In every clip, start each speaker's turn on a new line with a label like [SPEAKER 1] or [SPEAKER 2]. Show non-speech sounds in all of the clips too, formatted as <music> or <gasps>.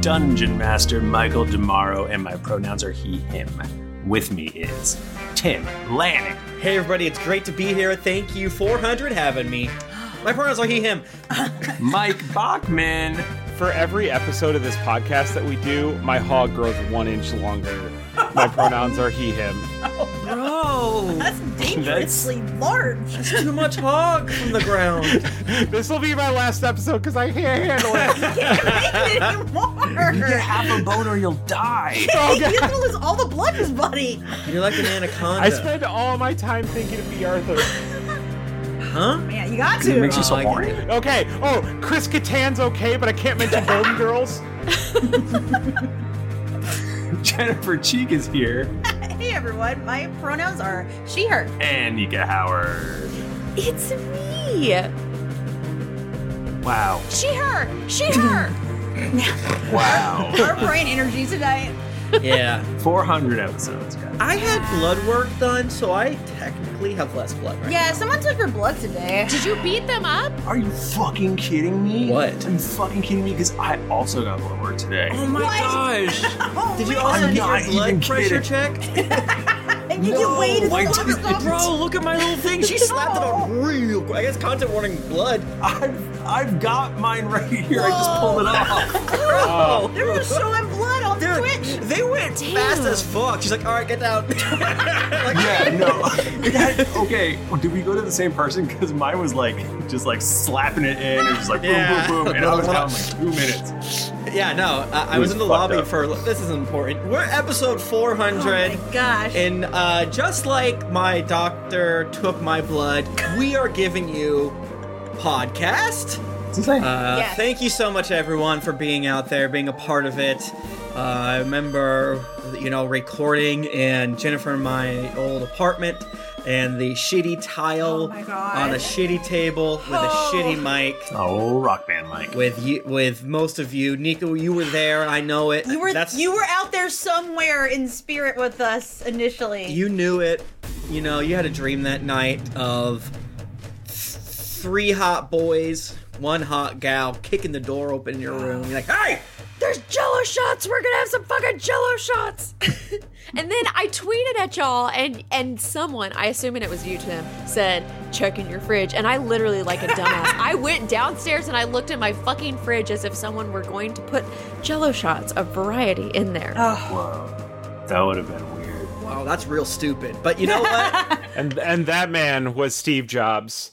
[SPEAKER 1] Dungeon Master Michael DeMaro, and my pronouns are he, him. With me is Tim <laughs> Lanning.
[SPEAKER 2] Hey everybody, it's great to be here. Thank you 400 having me. My pronouns
[SPEAKER 3] <laughs>
[SPEAKER 2] are he, him.
[SPEAKER 1] Mike Bachman.
[SPEAKER 4] For every episode of this podcast that we do, my hog grows one inch longer. My pronouns are he, him.
[SPEAKER 1] Oh,
[SPEAKER 2] Bro,
[SPEAKER 3] That's dangerously large.
[SPEAKER 2] too much hog from the ground.
[SPEAKER 4] <laughs> This will be my last episode because I can't handle it.
[SPEAKER 3] Can't make it anymore.
[SPEAKER 1] Have a bone or you'll
[SPEAKER 3] <laughs>
[SPEAKER 1] die.
[SPEAKER 4] Oh,
[SPEAKER 3] He's
[SPEAKER 4] God.
[SPEAKER 3] gonna lose all the blood in his body.
[SPEAKER 2] You're like an anaconda.
[SPEAKER 4] I spend all my time thinking of the Arthur.
[SPEAKER 2] huh?
[SPEAKER 3] Man, you got to.
[SPEAKER 1] It makes you so
[SPEAKER 2] I get
[SPEAKER 1] horny.
[SPEAKER 4] Okay. Oh, Chris Kattan's okay, but I can't
[SPEAKER 1] <laughs>
[SPEAKER 4] mention Golden Girls.
[SPEAKER 1] Jennifer Cheek is here.
[SPEAKER 3] <laughs> Hey everyone, my pronouns are she, her.
[SPEAKER 1] And Nika Howard.
[SPEAKER 5] It's me.
[SPEAKER 1] Wow.
[SPEAKER 3] She, her. She,
[SPEAKER 5] <laughs>
[SPEAKER 3] her.
[SPEAKER 1] Wow.
[SPEAKER 3] Our brain energy tonight.
[SPEAKER 1] <laughs>
[SPEAKER 2] Yeah.
[SPEAKER 1] 400 episodes, guys.
[SPEAKER 2] I had blood work done, so I technically have less blood right
[SPEAKER 3] Yeah, someone took her blood today.
[SPEAKER 5] Did you beat them up?
[SPEAKER 1] Are you fucking kidding me?
[SPEAKER 2] What?
[SPEAKER 1] Are you fucking kidding me? Because I also got blood work today.
[SPEAKER 2] now. Oh my
[SPEAKER 3] What?
[SPEAKER 2] gosh.
[SPEAKER 3] Oh,
[SPEAKER 2] Did
[SPEAKER 3] wait,
[SPEAKER 2] you also
[SPEAKER 1] I'm
[SPEAKER 2] get
[SPEAKER 1] not
[SPEAKER 2] your
[SPEAKER 1] even
[SPEAKER 2] blood pressure
[SPEAKER 1] kidding.
[SPEAKER 2] checked?
[SPEAKER 3] and you can wait as
[SPEAKER 1] wait
[SPEAKER 3] long
[SPEAKER 1] till
[SPEAKER 3] as
[SPEAKER 1] the-
[SPEAKER 3] it's
[SPEAKER 2] Bro, look at my little thing. She slapped
[SPEAKER 3] <laughs>
[SPEAKER 2] it on real quick. I guess content warning blood.
[SPEAKER 1] I've, I've got mine right here. I just pulled it off.
[SPEAKER 2] Oh.
[SPEAKER 3] They were showing blood on
[SPEAKER 2] Dude,
[SPEAKER 3] Twitch.
[SPEAKER 2] they went fast as fuck. She's like, all right, get out. Like,
[SPEAKER 1] yeah, no. <laughs> That-
[SPEAKER 2] <laughs>
[SPEAKER 1] okay, did we go to the same person? Because mine was like, just like slapping it in and just like boom,
[SPEAKER 2] Yeah.
[SPEAKER 1] boom, boom. And I was down like two minutes.
[SPEAKER 2] <laughs> Yeah, no, I, I
[SPEAKER 1] It
[SPEAKER 2] was
[SPEAKER 1] was
[SPEAKER 2] in the
[SPEAKER 1] fucked
[SPEAKER 2] lobby
[SPEAKER 1] up.
[SPEAKER 2] for. This is important. We're episode 400.
[SPEAKER 3] Oh my gosh.
[SPEAKER 2] And uh, just like my doctor took my blood, we are giving you podcast. Uh,
[SPEAKER 3] Yes.
[SPEAKER 2] Thank you so much, everyone, for being out there, being a part of it. Uh, I remember, you know, recording in Jennifer and my old apartment, and the shitty
[SPEAKER 3] Oh
[SPEAKER 2] tile
[SPEAKER 3] my God.
[SPEAKER 2] on a shitty table with
[SPEAKER 3] Oh.
[SPEAKER 2] a shitty mic
[SPEAKER 1] oh, rock band Mike.
[SPEAKER 2] with you, with most of you. Nico, you were there. I know it.
[SPEAKER 3] You were
[SPEAKER 2] That's,
[SPEAKER 3] you were out there somewhere in spirit with us initially.
[SPEAKER 2] you knew it. You know, you had a dream that night of th- three hot boys, one hot gal kicking the door open in your room. You're like, hey,
[SPEAKER 5] There's jello shots. We're gonna have some fucking jello shots. and then I tweeted at y'all and and someone, I assuming it was you, Tim, said, check in your fridge. And I literally like a dumbass. I went downstairs and I looked at my fucking fridge as if someone were going to put jello shots of variety in there.
[SPEAKER 1] Whoa. That would have been weird.
[SPEAKER 2] wow, that's real stupid. But you know what?
[SPEAKER 4] And and that man was Steve Jobs.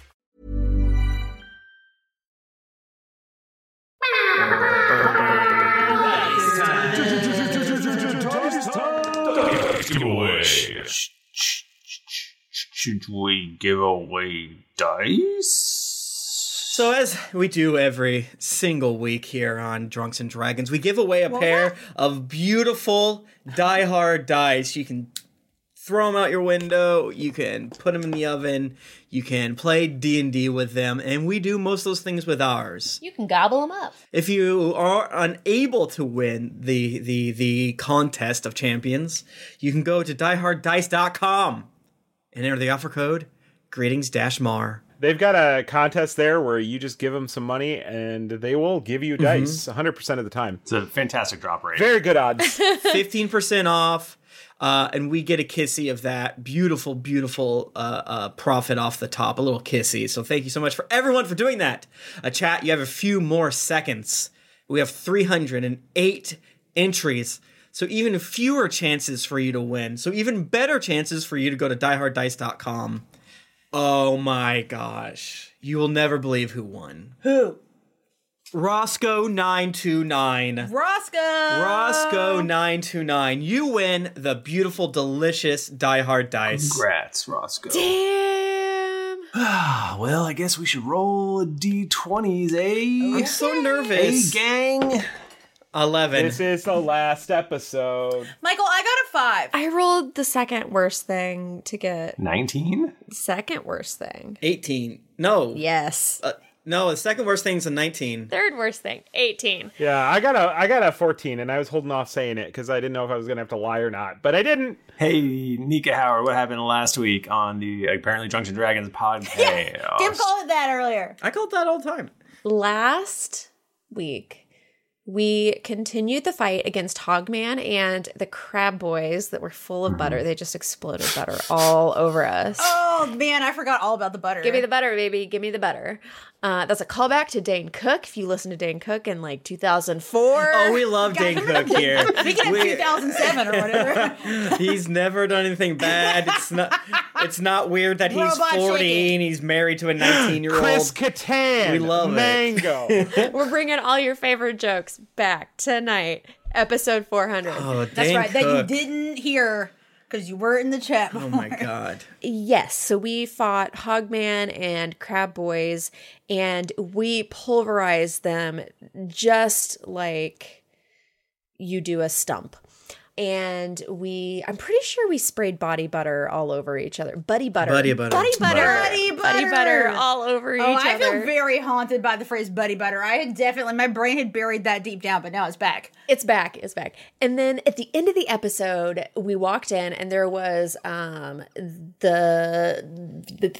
[SPEAKER 6] Give away. Should we give away dice?
[SPEAKER 2] So, as we do every single week here on Drunks and Dragons, we give away a pair of beautiful die-hard dice. You can throw them out your window. You can put them in the oven. You can play D and D with them, and we do most of those things with ours.
[SPEAKER 7] You can gobble them up.
[SPEAKER 2] If you are unable to win the the the contest of champions, you can go to dieharddice.com and enter the offer code greetings dash mar.
[SPEAKER 4] They've got a contest there where you just give them some money and they will give you dice 100% of the time. It's
[SPEAKER 1] Mm-hmm. a fantastic drop rate.
[SPEAKER 4] Very good odds.
[SPEAKER 2] 15% off. Uh, and we get a kissy of that beautiful, beautiful uh, uh, profit off the top, a little kissy. So thank you so much for everyone for doing that. A chat, you have a few more seconds. We have 308 entries. So even fewer chances for you to win. So even better chances for you to go to dieharddice.com. Oh my gosh. You will never believe who won. Who? Roscoe929.
[SPEAKER 3] Roscoe.
[SPEAKER 5] Uh,
[SPEAKER 2] Roscoe929. You win the beautiful, delicious Die Hard Dice.
[SPEAKER 1] Congrats, Roscoe.
[SPEAKER 5] Damn.
[SPEAKER 1] Ah, <sighs> well, I guess we should roll d20s, eh?
[SPEAKER 2] I'm so nervous.
[SPEAKER 1] Hey, gang.
[SPEAKER 2] 11.
[SPEAKER 4] This is the last episode.
[SPEAKER 3] Michael, I got a five.
[SPEAKER 5] I rolled the second worst thing to get.
[SPEAKER 1] 19?
[SPEAKER 5] Second worst thing.
[SPEAKER 2] 18. No.
[SPEAKER 5] Yes.
[SPEAKER 2] Uh, no, the second worst thing's a 19.
[SPEAKER 5] Third worst thing. 18.
[SPEAKER 4] Yeah, I got a I got a 14 and I was holding off saying it cuz I didn't know if I was going to have to lie or not, but I didn't.
[SPEAKER 1] Hey, Nika Howard, what happened last week on the apparently Junction Dragons podcast?
[SPEAKER 3] Kim called it that earlier.
[SPEAKER 2] I called that all the time.
[SPEAKER 5] Last week, we continued the fight against Hogman and the Crab Boys that were full of butter. They just exploded butter all over us.
[SPEAKER 3] Oh man, I forgot all about the butter.
[SPEAKER 5] Give me the butter, baby. Give me the butter. Uh, that's a callback to Dane Cook. If you listen to Dane Cook in like 2004.
[SPEAKER 2] Oh,
[SPEAKER 3] <laughs>
[SPEAKER 2] we love Dane Cook here.
[SPEAKER 3] We can have
[SPEAKER 2] We-
[SPEAKER 3] 2007 or whatever.
[SPEAKER 2] <laughs> he's never done anything bad. It's not. It's not weird that he's
[SPEAKER 3] Robot shaking.
[SPEAKER 2] forty and he's married to a nineteen-year-old.
[SPEAKER 4] Chris Kattan.
[SPEAKER 2] We love it. <laughs>
[SPEAKER 4] Mango.
[SPEAKER 5] <laughs> We're bringing all your favorite jokes back tonight, episode 400.
[SPEAKER 2] Oh,
[SPEAKER 3] That's
[SPEAKER 2] Dane
[SPEAKER 3] right.
[SPEAKER 2] Cook.
[SPEAKER 3] That you didn't hear because you were in the chat.
[SPEAKER 2] Oh my god.
[SPEAKER 5] Yes, so we fought Hogman and Crab Boys, and we pulverized them just like you do a stump. And we, I'm pretty sure we sprayed body butter all over each other. Buddy butter.
[SPEAKER 2] Buddy butter.
[SPEAKER 5] Buddy butter.
[SPEAKER 3] Buddy
[SPEAKER 5] Buddy butter all over
[SPEAKER 3] Oh,
[SPEAKER 5] each
[SPEAKER 3] I
[SPEAKER 5] other.
[SPEAKER 3] feel very haunted by the phrase "buddy butter." I had definitely my brain had buried that deep down, but now it's back.
[SPEAKER 5] It's back. It's back. And then at the end of the episode, we walked in and there was um the the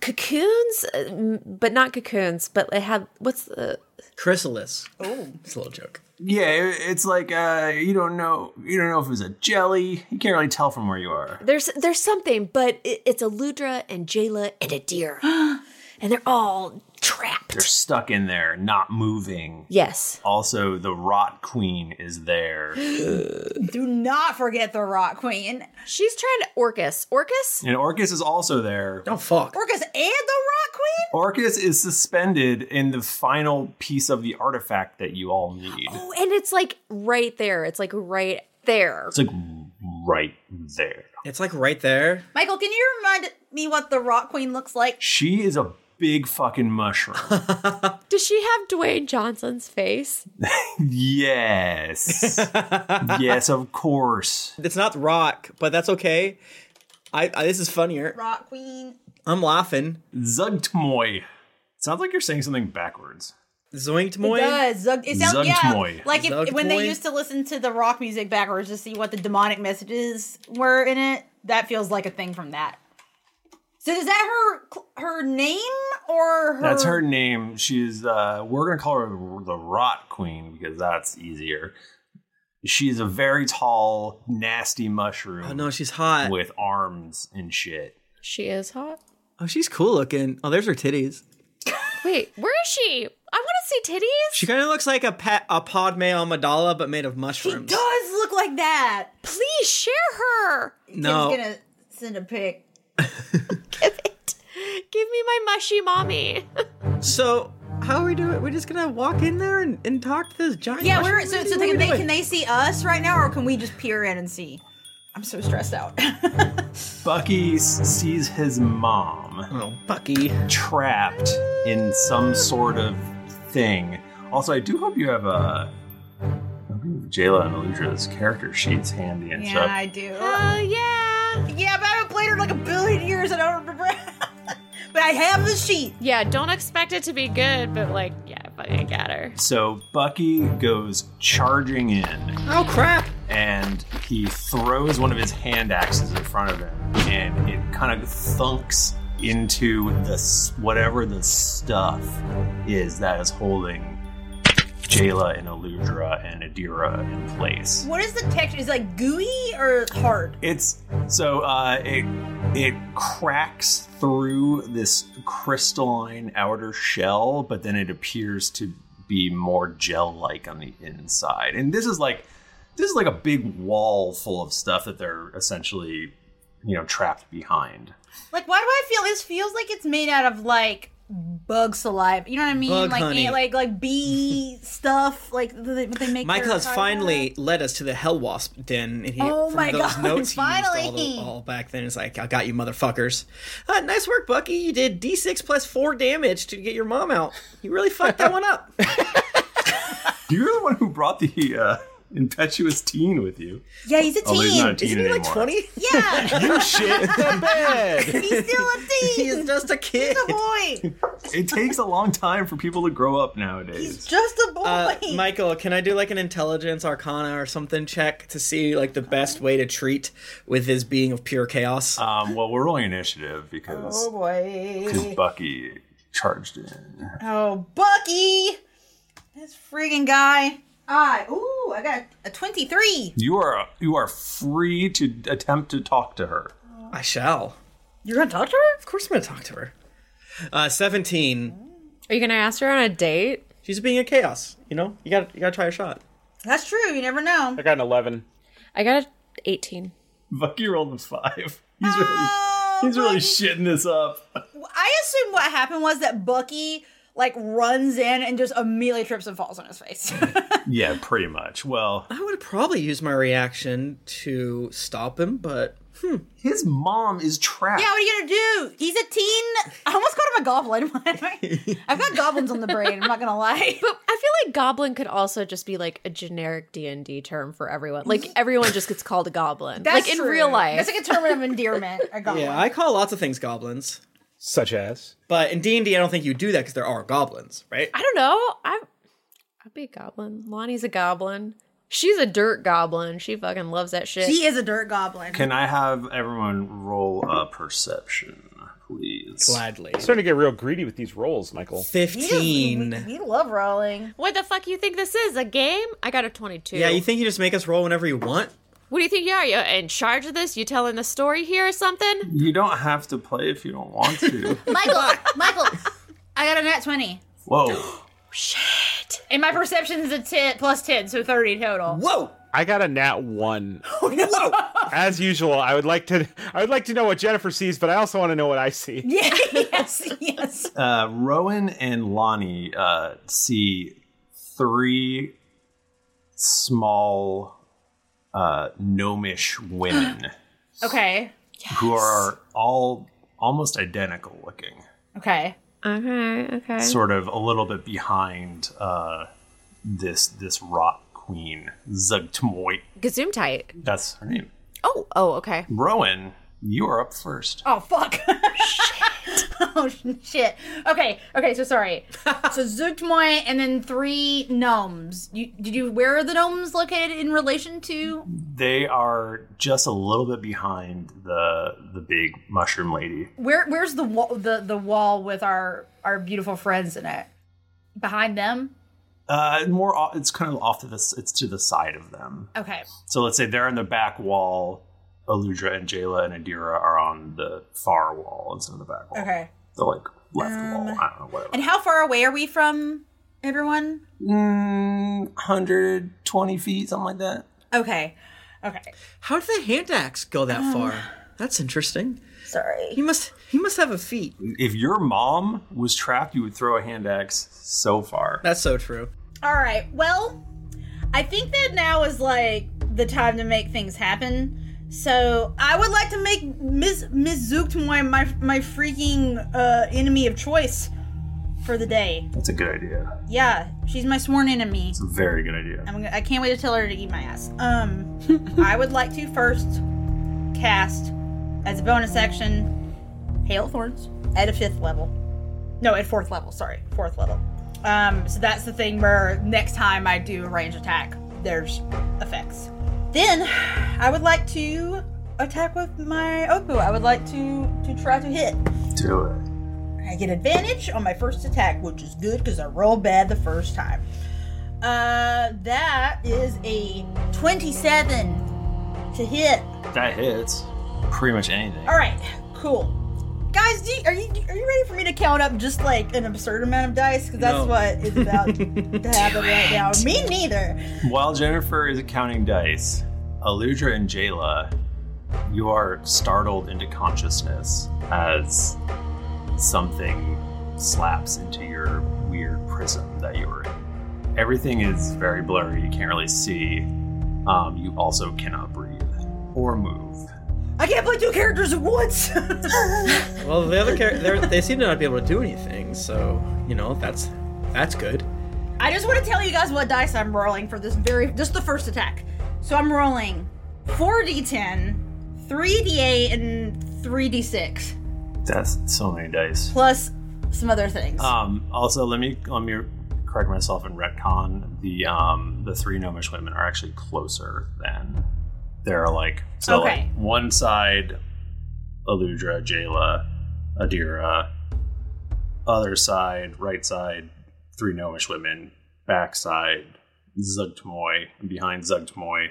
[SPEAKER 5] cocoons, uh, but not cocoons, but it had what's the
[SPEAKER 2] Chrysalis. Oh, it's a little joke.
[SPEAKER 1] Yeah, it- it's like uh, you don't know you don't know if it was a jelly. You can't really tell from where you are.
[SPEAKER 5] there's there's something, but it, it's a Ludra and Jayla and a
[SPEAKER 3] <gasps>
[SPEAKER 5] deer, and they're all trapped.
[SPEAKER 1] They're stuck in there, not moving.
[SPEAKER 5] Yes.
[SPEAKER 1] Also, the rot queen
[SPEAKER 5] <gasps>
[SPEAKER 1] is there.
[SPEAKER 3] Do not forget the Rock Queen,
[SPEAKER 5] She's trying to Orcus. Orcus.
[SPEAKER 1] and Orcus is also there.
[SPEAKER 2] Don't fuck.
[SPEAKER 3] Orcus, and the Rock Queen.
[SPEAKER 1] Orcus is suspended in the final piece of the artifact that you all need.
[SPEAKER 5] Oh, and it's like right there. It's like right there.
[SPEAKER 1] It's like right there.
[SPEAKER 2] It's like right there.
[SPEAKER 3] Michael, can you remind me what the Rock Queen looks like?
[SPEAKER 1] She is a big
[SPEAKER 2] <laughs>
[SPEAKER 1] fucking mushroom.
[SPEAKER 5] Does she have Dwayne Johnson's face?
[SPEAKER 1] yes. yes, of course.
[SPEAKER 2] It's not rock, but that's okay. I, I this is funnier.
[SPEAKER 3] Rock Queen.
[SPEAKER 2] I'm laughing.
[SPEAKER 1] Zugtmoy. Sounds like you're saying something backwards.
[SPEAKER 3] It
[SPEAKER 2] Zoinkmoy.
[SPEAKER 3] does. Zug- it sounds yeah,
[SPEAKER 1] Zugtmoy.
[SPEAKER 3] like if, when they
[SPEAKER 2] Zugtmoy?
[SPEAKER 3] used to listen to the rock music backwards to see what the demonic messages were in it. That feels like a thing from that. So is that her her name or her?
[SPEAKER 1] That's her name. She's uh we're gonna call her the Rot Queen because that's easier. She's a very tall, nasty mushroom
[SPEAKER 2] Oh no, she's hot.
[SPEAKER 1] with arms and shit.
[SPEAKER 5] She is hot.
[SPEAKER 2] Oh, she's cool looking. Oh, there's her titties.
[SPEAKER 5] Wait, where is she? I want to see titties.
[SPEAKER 2] She kind of looks like a pa- a Padme Amidala, but made of
[SPEAKER 3] She
[SPEAKER 2] mushrooms.
[SPEAKER 3] does look like that.
[SPEAKER 5] Please share her.
[SPEAKER 2] No,
[SPEAKER 3] Kim's gonna send a pic.
[SPEAKER 5] <laughs> Give it. Give me my mushy mommy.
[SPEAKER 2] So, how are we doing? We're just gonna walk in there and, and talk to this giant.
[SPEAKER 3] Yeah,
[SPEAKER 2] mushroom
[SPEAKER 3] we're so
[SPEAKER 2] lady?
[SPEAKER 3] so
[SPEAKER 2] What are
[SPEAKER 3] they,
[SPEAKER 2] we
[SPEAKER 3] they
[SPEAKER 2] doing?
[SPEAKER 3] can they see us right now, or can we just peer in and see? I'm so stressed out.
[SPEAKER 1] Bucky s- sees his mom.
[SPEAKER 2] Oh, Bucky.
[SPEAKER 1] Trapped in some sort of thing. Also, I do hope you have a. Jayla and Eludra's character sheets handy and
[SPEAKER 3] yeah,
[SPEAKER 1] stuff.
[SPEAKER 3] I do. Oh
[SPEAKER 5] yeah,
[SPEAKER 3] yeah, but I haven't played her in like a billion years. I don't remember. <laughs> but I have the sheet.
[SPEAKER 5] Yeah, don't expect it to be good, but like, yeah, but I got her.
[SPEAKER 1] So Bucky goes charging in.
[SPEAKER 2] Oh crap!
[SPEAKER 1] And he throws one of his hand axes in front of him, and it kind of thunks into this whatever the stuff is that is holding Jayla and Eludra and Adira in place.
[SPEAKER 3] What is the texture? Is it like gooey or hard?
[SPEAKER 1] It's so uh, it it cracks through this crystalline outer shell, but then it appears to be more gel-like on the inside. And this is like this is like a big wall full of stuff that they're essentially you know trapped behind. <laughs>
[SPEAKER 3] Like, why do I feel this feels like it's made out of like bug saliva? You know what I mean?
[SPEAKER 2] Bug
[SPEAKER 3] like
[SPEAKER 2] honey.
[SPEAKER 3] ant- like like
[SPEAKER 2] <laughs>
[SPEAKER 3] bee stuff. Like th- they, they make.
[SPEAKER 2] Michael
[SPEAKER 3] their
[SPEAKER 2] has
[SPEAKER 3] product
[SPEAKER 2] finally led us to the hell wasp den, and he
[SPEAKER 3] Oh
[SPEAKER 2] from
[SPEAKER 3] my
[SPEAKER 2] those
[SPEAKER 3] God, <laughs>
[SPEAKER 2] notes he used all, the-
[SPEAKER 3] finally. <laughs>
[SPEAKER 2] all back then. It's like I got you, motherfuckers. Uh, nice work, Bucky. You did D six plus four damage to get your mom out. You really fucked that one up.
[SPEAKER 1] You're the one who brought the uh, impetuous teen with you.
[SPEAKER 3] <laughs> Yeah, he's a
[SPEAKER 1] Oh, he's not a
[SPEAKER 3] teen.
[SPEAKER 1] teen
[SPEAKER 3] Isn't he, like,
[SPEAKER 1] anymore.
[SPEAKER 3] 20? <laughs> Yeah.
[SPEAKER 1] You shit the
[SPEAKER 2] <laughs>
[SPEAKER 1] bed.
[SPEAKER 3] He's still a teen.
[SPEAKER 2] He's just a kid.
[SPEAKER 3] He's a boy.
[SPEAKER 1] It takes a long time for people to grow up nowadays.
[SPEAKER 3] Just
[SPEAKER 2] <laughs>
[SPEAKER 3] a boy.
[SPEAKER 2] Uh, Michael, can I do like an intelligence arcana or something check to see like the best way to treat with his being of pure chaos?
[SPEAKER 1] Um, well, we're rolling initiative because
[SPEAKER 3] Oh boy.
[SPEAKER 1] because Bucky charged in.
[SPEAKER 3] Oh, Bucky! This friggin' guy. I ooh, I got a twenty-three.
[SPEAKER 1] You are you are free to attempt to talk to her.
[SPEAKER 2] I shall.
[SPEAKER 3] You're gonna talk to her?
[SPEAKER 2] Of course, I'm gonna talk to her. Uh, Seventeen.
[SPEAKER 5] Are you gonna ask her on a date?
[SPEAKER 2] She's being a chaos. You know, you got to you got to try a shot.
[SPEAKER 3] That's true. You never know.
[SPEAKER 4] I got an eleven.
[SPEAKER 5] I got a 18.
[SPEAKER 1] Bucky rolled a five. <laughs> He's really he's really shitting this up.
[SPEAKER 3] I assume what happened was that Bucky like runs in and just immediately trips and falls on his face. <laughs>
[SPEAKER 1] Yeah, pretty much. Well,
[SPEAKER 2] I would probably use my reaction to stop him, but hmm.
[SPEAKER 1] his mom is trapped.
[SPEAKER 3] Yeah, what are you gonna do? He's a teen. I almost called him a goblin. <laughs> I've got goblins on the brain. I'm not gonna lie. <laughs>
[SPEAKER 5] But I feel like goblin could also just be like a generic D and D term for everyone. Like everyone just gets called a goblin. like in
[SPEAKER 3] true.
[SPEAKER 5] real life.
[SPEAKER 3] That's like a term of endearment. A goblin.
[SPEAKER 2] Yeah, I call lots of things goblins,
[SPEAKER 4] such as.
[SPEAKER 2] But in D and I don't think you do that because there are goblins, right?
[SPEAKER 5] I don't know. I'm I'd be a goblin. Lonnie's a goblin. She's a dirt goblin. She fucking loves that shit.
[SPEAKER 3] She is a dirt goblin.
[SPEAKER 1] Can I have everyone roll a perception, please?
[SPEAKER 2] Gladly.
[SPEAKER 4] starting to get real greedy with these rolls, Michael.
[SPEAKER 2] Fifteen.
[SPEAKER 3] You love rolling.
[SPEAKER 5] What the fuck you think this is? A game? I got a 22.
[SPEAKER 2] Yeah, you think you just make us roll whenever you want?
[SPEAKER 5] What do you think you are? You in charge of this? You telling the story here or something?
[SPEAKER 1] You don't have to play if you don't want to.
[SPEAKER 3] Michael, Michael, I got a nat twenty.
[SPEAKER 1] Whoa.
[SPEAKER 3] And my perception's a ten plus ten, so thirty total.
[SPEAKER 2] Whoa!
[SPEAKER 4] I got a nat one. As usual, I would like to. I would like to know what Jennifer sees, but I also want to know what I see.
[SPEAKER 3] Yeah, <laughs> yes, yes.
[SPEAKER 1] Uh, Rowan and Lonnie uh, see three small uh, gnomish women
[SPEAKER 3] Okay.
[SPEAKER 1] who are all almost identical looking,
[SPEAKER 3] Okay.
[SPEAKER 5] Okay, okay.
[SPEAKER 1] sort of a little bit behind uh, this this rock queen Zugtmoit.
[SPEAKER 5] Gazoom tight.
[SPEAKER 1] That's her name.
[SPEAKER 5] Oh, oh,
[SPEAKER 1] <laughs>
[SPEAKER 5] okay.
[SPEAKER 1] Rowan, you are up first.
[SPEAKER 3] Oh fuck. <laughs> oh shit. Okay. Okay. So <laughs> sorry. so Zutmoy and then three gnomes. You, did you? Where are the gnomes located in relation to?
[SPEAKER 1] They are just a little bit behind the the big mushroom lady.
[SPEAKER 3] Where? Where's the wall? The the wall with our our beautiful friends in it. Behind them.
[SPEAKER 1] Uh, more, o- it's kind of off to this. It's to the side of them.
[SPEAKER 3] Okay.
[SPEAKER 1] So let's say they're in the back wall. Aludra and Jayla and Adira are on the far wall instead of the back wall.
[SPEAKER 3] Okay.
[SPEAKER 1] The like left
[SPEAKER 3] Um,
[SPEAKER 1] wall. I don't know whatever.
[SPEAKER 3] And how far away are we from everyone?
[SPEAKER 1] Mm, 120 feet, something like that.
[SPEAKER 3] Okay. Okay.
[SPEAKER 2] How did the hand axe go that
[SPEAKER 3] Um,
[SPEAKER 2] far? That's interesting.
[SPEAKER 3] Sorry.
[SPEAKER 2] You must He must have a feet.
[SPEAKER 1] If your mom was trapped, you would throw a hand axe so far.
[SPEAKER 2] That's so true.
[SPEAKER 3] All right. Well, I think that now is like the time to make things happen. So I would like to make Ms. Ms. Zook my my my freaking uh, enemy of choice for the day.
[SPEAKER 1] That's a good idea.
[SPEAKER 3] Yeah, she's my sworn enemy.
[SPEAKER 1] It's a very good idea.
[SPEAKER 3] I'm, gonna- I can't wait to tell her to eat my ass. Um, I would like to first cast as a bonus action Hail of Thorns at a fifth level. No, at fourth level. Sorry, fourth level. Um, so that's the thing where next time I do a range attack, there's effects. Then I would like to attack with my Oku. I would like to to try to hit.
[SPEAKER 1] Do it.
[SPEAKER 3] I get advantage on my first attack, which is good because I rolled bad the first time. Uh, that is a 27 to hit.
[SPEAKER 1] That hits pretty much anything.
[SPEAKER 3] All right, cool. Guys, do you, are you are you ready for me to count up just like an absurd amount of dice? Because that's
[SPEAKER 1] No.
[SPEAKER 3] what is about to happen right now. Me neither.
[SPEAKER 1] While Jennifer is counting dice, Aludra and Jayla, you are startled into consciousness as something slaps into your weird prism that you were in. Everything is very blurry. You can't really see. Um, you also cannot breathe or move.
[SPEAKER 3] I can't play two characters at once. <laughs>
[SPEAKER 2] Well, the other character, they seem to not be able to do anything. So you know that's that's good.
[SPEAKER 3] I just want to tell you guys what dice I'm rolling for this very just the first attack. So I'm rolling 4d10, 3d8, and 3d6
[SPEAKER 1] That's so many dice.
[SPEAKER 3] plus some other things.
[SPEAKER 1] Um, also, let me let me correct myself and retcon the um, the three gnomish women are actually closer than they're like so
[SPEAKER 3] Okay.
[SPEAKER 1] like one side, Aludra, Jayla, Adira, other side, right side, three gnomish women, back side, Zugtmoy, and behind Zugtmoy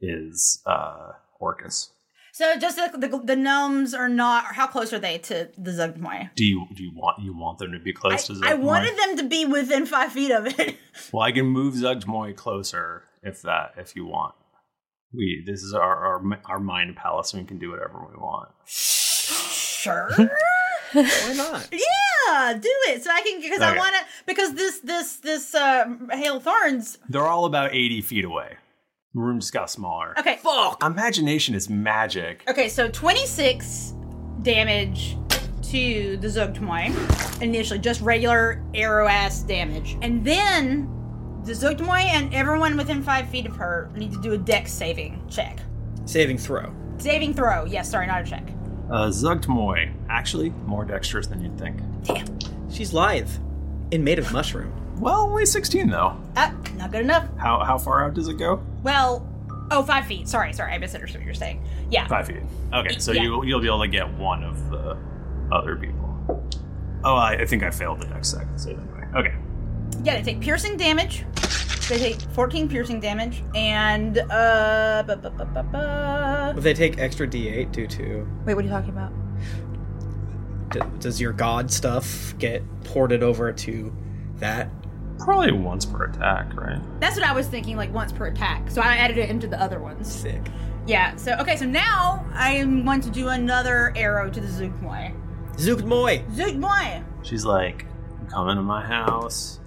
[SPEAKER 1] is uh, Orcus.
[SPEAKER 3] so just the, the, the gnomes are not. How close are they to the Zugmoy?
[SPEAKER 1] Do you do you want you want them to be close to Zugtmoy?
[SPEAKER 3] I wanted them to be within five feet of it.
[SPEAKER 1] Well, I can move Zugtmoy closer if that if you want. We this is our our, our mind palace, and we can do whatever we want.
[SPEAKER 3] sure. Why
[SPEAKER 2] not?
[SPEAKER 3] <laughs> Yeah, do it so I can because I
[SPEAKER 1] Okay.
[SPEAKER 3] want to because this this this uh, hail of thorns.
[SPEAKER 1] They're all about eighty feet away. The room just got smaller.
[SPEAKER 3] Okay, fuck.
[SPEAKER 1] Imagination is magic.
[SPEAKER 3] Okay, so 26 damage to the Zogtmoy. Initially, just regular arrow ass damage. And then the Zogtmoy and everyone within five feet of her need to do a dex saving check.
[SPEAKER 2] Saving throw.
[SPEAKER 3] Saving throw. Yes, sorry, not a check.
[SPEAKER 1] Uh, Zugtmoy, actually more dexterous than you'd think.
[SPEAKER 2] She's lithe and made of mushroom.
[SPEAKER 1] Well, only sixteen though.
[SPEAKER 3] Ah, not good enough.
[SPEAKER 1] How how far out does it go?
[SPEAKER 3] Well, oh, five feet. Sorry, sorry, I misunderstood what you're saying. Yeah.
[SPEAKER 1] Five feet. Okay, so
[SPEAKER 3] Yeah.
[SPEAKER 1] you you'll be able to get one of the other people. Oh, I, I think I failed the dex save save anyway. Okay.
[SPEAKER 3] Yeah, they take piercing damage. They take 14 piercing damage. And, uh. ba- ba- ba- ba- ba.
[SPEAKER 2] They take extra D8 due to
[SPEAKER 3] Wait, what are you talking about?
[SPEAKER 2] D- does your god stuff get ported over to that?
[SPEAKER 1] Probably once per attack, right?
[SPEAKER 3] That's what I was thinking, like once per attack. So I added it into the other ones.
[SPEAKER 2] Sick.
[SPEAKER 3] Yeah, so okay, so now I am going to do another arrow to the Zookmoy.
[SPEAKER 2] Zugmoy.
[SPEAKER 3] Zookmoy!
[SPEAKER 1] She's like, "You come into my house.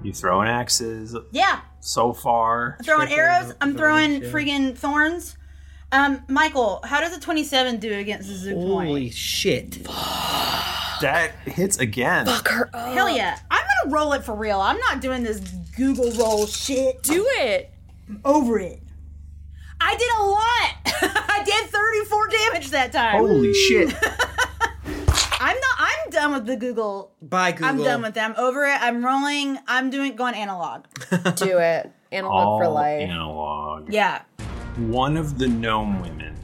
[SPEAKER 1] You throwing axes
[SPEAKER 3] Yeah,
[SPEAKER 1] so far.
[SPEAKER 3] I'm throwing arrows, I'm throwing friggin' thorns. Um, Michael, how does a 27 do against the Zookmoy?
[SPEAKER 2] Holy shit!
[SPEAKER 1] That hits again.
[SPEAKER 3] her up. Hell yeah. I'm gonna roll it for real. I'm not doing this Google roll shit. Do it. I'm over it. I did a lot. <laughs> I did 34 damage that time.
[SPEAKER 1] Holy shit!
[SPEAKER 3] <laughs> I'm not. I'm done with the Google.
[SPEAKER 2] Bye, Google.
[SPEAKER 3] I'm done with them. Over it. I'm rolling. I'm doing going analog.
[SPEAKER 5] Do it. Analog
[SPEAKER 1] All
[SPEAKER 5] for life.
[SPEAKER 1] analog.
[SPEAKER 3] Yeah.
[SPEAKER 1] One of the gnome women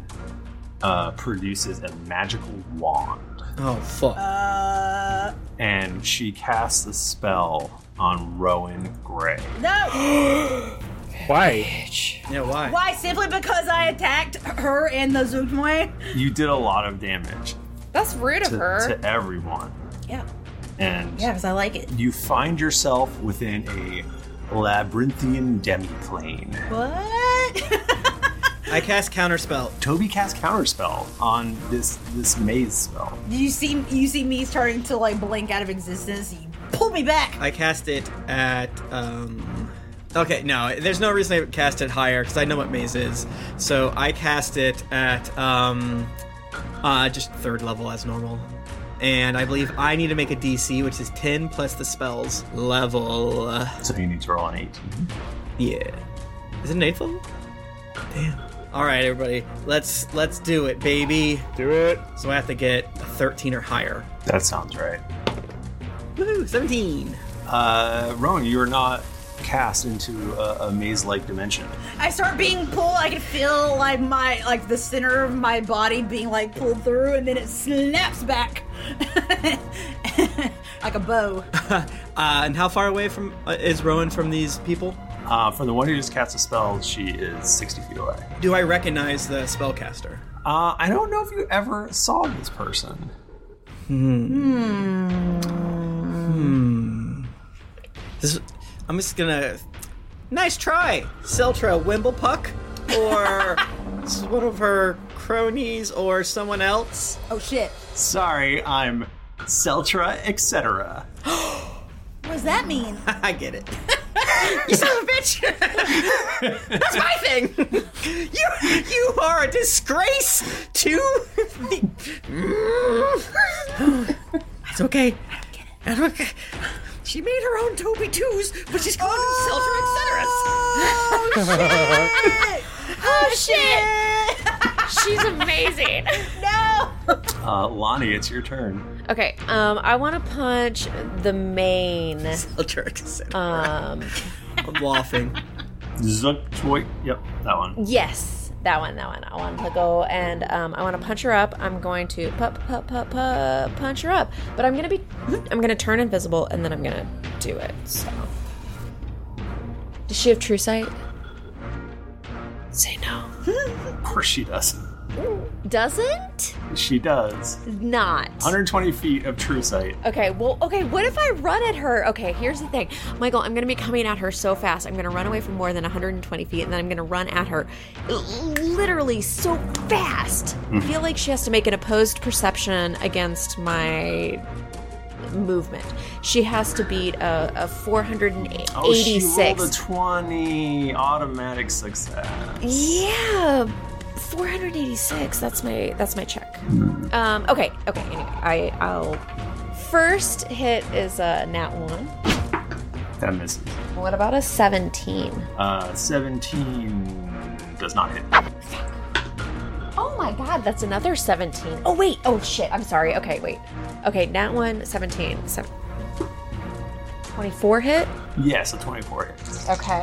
[SPEAKER 1] uh, produces a magical wand,
[SPEAKER 2] Oh fuck!
[SPEAKER 3] Uh,
[SPEAKER 1] and she casts a spell on Rowan Gray.
[SPEAKER 3] no. <gasps>
[SPEAKER 1] Why?
[SPEAKER 2] Yeah, why?
[SPEAKER 3] Why? Simply because I attacked her and the Zookmoy.
[SPEAKER 1] You did a lot of damage
[SPEAKER 3] That's rude
[SPEAKER 1] to, to everyone,
[SPEAKER 3] yeah.
[SPEAKER 1] and
[SPEAKER 3] Yeah, because I like it.
[SPEAKER 1] you find yourself within a labyrinthian demiplane.
[SPEAKER 3] What?
[SPEAKER 2] I cast counterspell.
[SPEAKER 1] Toby cast counterspell on this this maze spell.
[SPEAKER 3] You see, you see me starting to like blink out of existence. You pull me back.
[SPEAKER 2] I cast it at. Um, okay, no, there's no reason I cast it higher because I know what maze is. So I cast it at um, uh, just third level as normal. And I believe I need to make a DC, which is 10 plus the spell's level.
[SPEAKER 1] So you need to roll an 18.
[SPEAKER 2] Yeah. Is it an 8 level? Damn. All right, everybody, let's let's do it, baby.
[SPEAKER 4] Do it.
[SPEAKER 2] So I have to get a 13 or higher.
[SPEAKER 1] That sounds right.
[SPEAKER 2] Woohoo, 17.
[SPEAKER 1] Uh, Rowan, you are not cast into a, a maze-like dimension.
[SPEAKER 3] I start being pulled. I can feel like my like the center of my body being like pulled through, and then it snaps back <laughs> like a bow.
[SPEAKER 2] Uh, and how far away from uh, is Rowan from these people?
[SPEAKER 1] Uh, from the one who just cast a spell, she is 60 feet away.
[SPEAKER 2] Do I recognize the spellcaster?
[SPEAKER 1] Uh, I don't know if you ever saw this person.
[SPEAKER 2] Hmm. This, I'm just gonna. Nice try, Seltra Wimblepuck,
[SPEAKER 1] <laughs>
[SPEAKER 2] or s- one of her cronies, or someone else.
[SPEAKER 3] Oh shit!
[SPEAKER 1] Sorry, I'm Seltra, etc.
[SPEAKER 3] What does that mean?
[SPEAKER 2] <laughs> I
[SPEAKER 3] <laughs>
[SPEAKER 2] get it. you son of a bitch! That's my thing. <laughs> you you are a disgrace to <laughs> the. it's okay. I don't get it. She made her own Toby twos, but she's calling oh,
[SPEAKER 3] herself
[SPEAKER 5] <laughs> Oh shit! She's amazing.
[SPEAKER 3] no.
[SPEAKER 1] Uh, Lonnie, it's your turn.
[SPEAKER 5] Okay. Um, I want to punch the main. Um.
[SPEAKER 2] I'm laughing.
[SPEAKER 1] Zuck toy. Yep, that one.
[SPEAKER 5] Yes, that one. That one. I want to go and um, I want to punch her up. I'm going to pu- pu- pu- pu- punch her up, but I'm gonna be. I'm gonna turn invisible and then I'm gonna do it. So. Does she have true sight? Say no.
[SPEAKER 1] Of course she does.
[SPEAKER 5] Doesn't?
[SPEAKER 1] She does.
[SPEAKER 5] Not.
[SPEAKER 1] 120 feet of true sight.
[SPEAKER 5] Okay, well, okay, what if I run at her? Okay, here's the thing. Michael, I'm gonna be coming at her so fast. I'm gonna run away from more than 120 feet, and then I'm gonna run at her l- literally so fast. I
[SPEAKER 8] Mhm.
[SPEAKER 5] feel like she has to make an opposed perception against my movement. She has to beat a, a 486.
[SPEAKER 1] Oh, she rolled a 20 automatic success.
[SPEAKER 5] Yeah, 486. That's my that's my check. Um, okay, okay. Anyway, I I'll first hit is a nat one.
[SPEAKER 1] That misses.
[SPEAKER 5] What about a 17?
[SPEAKER 1] Uh, 17 does not hit.
[SPEAKER 5] Oh my god, that's another 17. Oh wait, oh shit. I'm sorry. Okay, wait. Okay, nat one, 17. Seven, 24 hit.
[SPEAKER 1] Yes, a 24 hit.
[SPEAKER 5] Okay.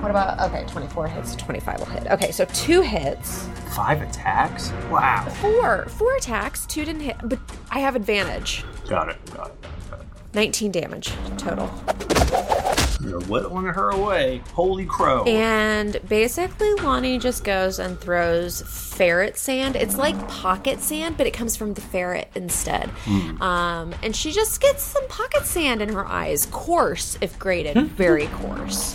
[SPEAKER 5] What about okay, 24 hits, 25 will hit. Okay, so two hits.
[SPEAKER 1] Five attacks? Wow.
[SPEAKER 5] Four, four attacks, two didn't hit, but I have advantage.
[SPEAKER 1] Got it, got it.
[SPEAKER 5] 19 damage total.
[SPEAKER 1] You're whittling her away. Holy crow.
[SPEAKER 5] And basically, Lonnie just goes and throws ferret sand. It's like pocket sand, but it comes from the ferret instead.
[SPEAKER 8] Hmm.
[SPEAKER 5] Um, and she just gets some pocket sand in her eyes, coarse if graded, very coarse.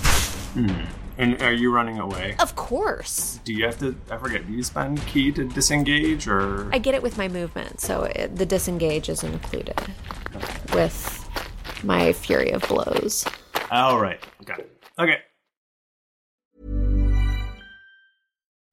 [SPEAKER 1] Hmm. And are you running away?
[SPEAKER 5] Of course.
[SPEAKER 1] Do you have to, I forget, do you spend key to disengage or?
[SPEAKER 5] I get it with my movement, so it, the disengage is included with my fury of blows.
[SPEAKER 1] All right, got it. Okay.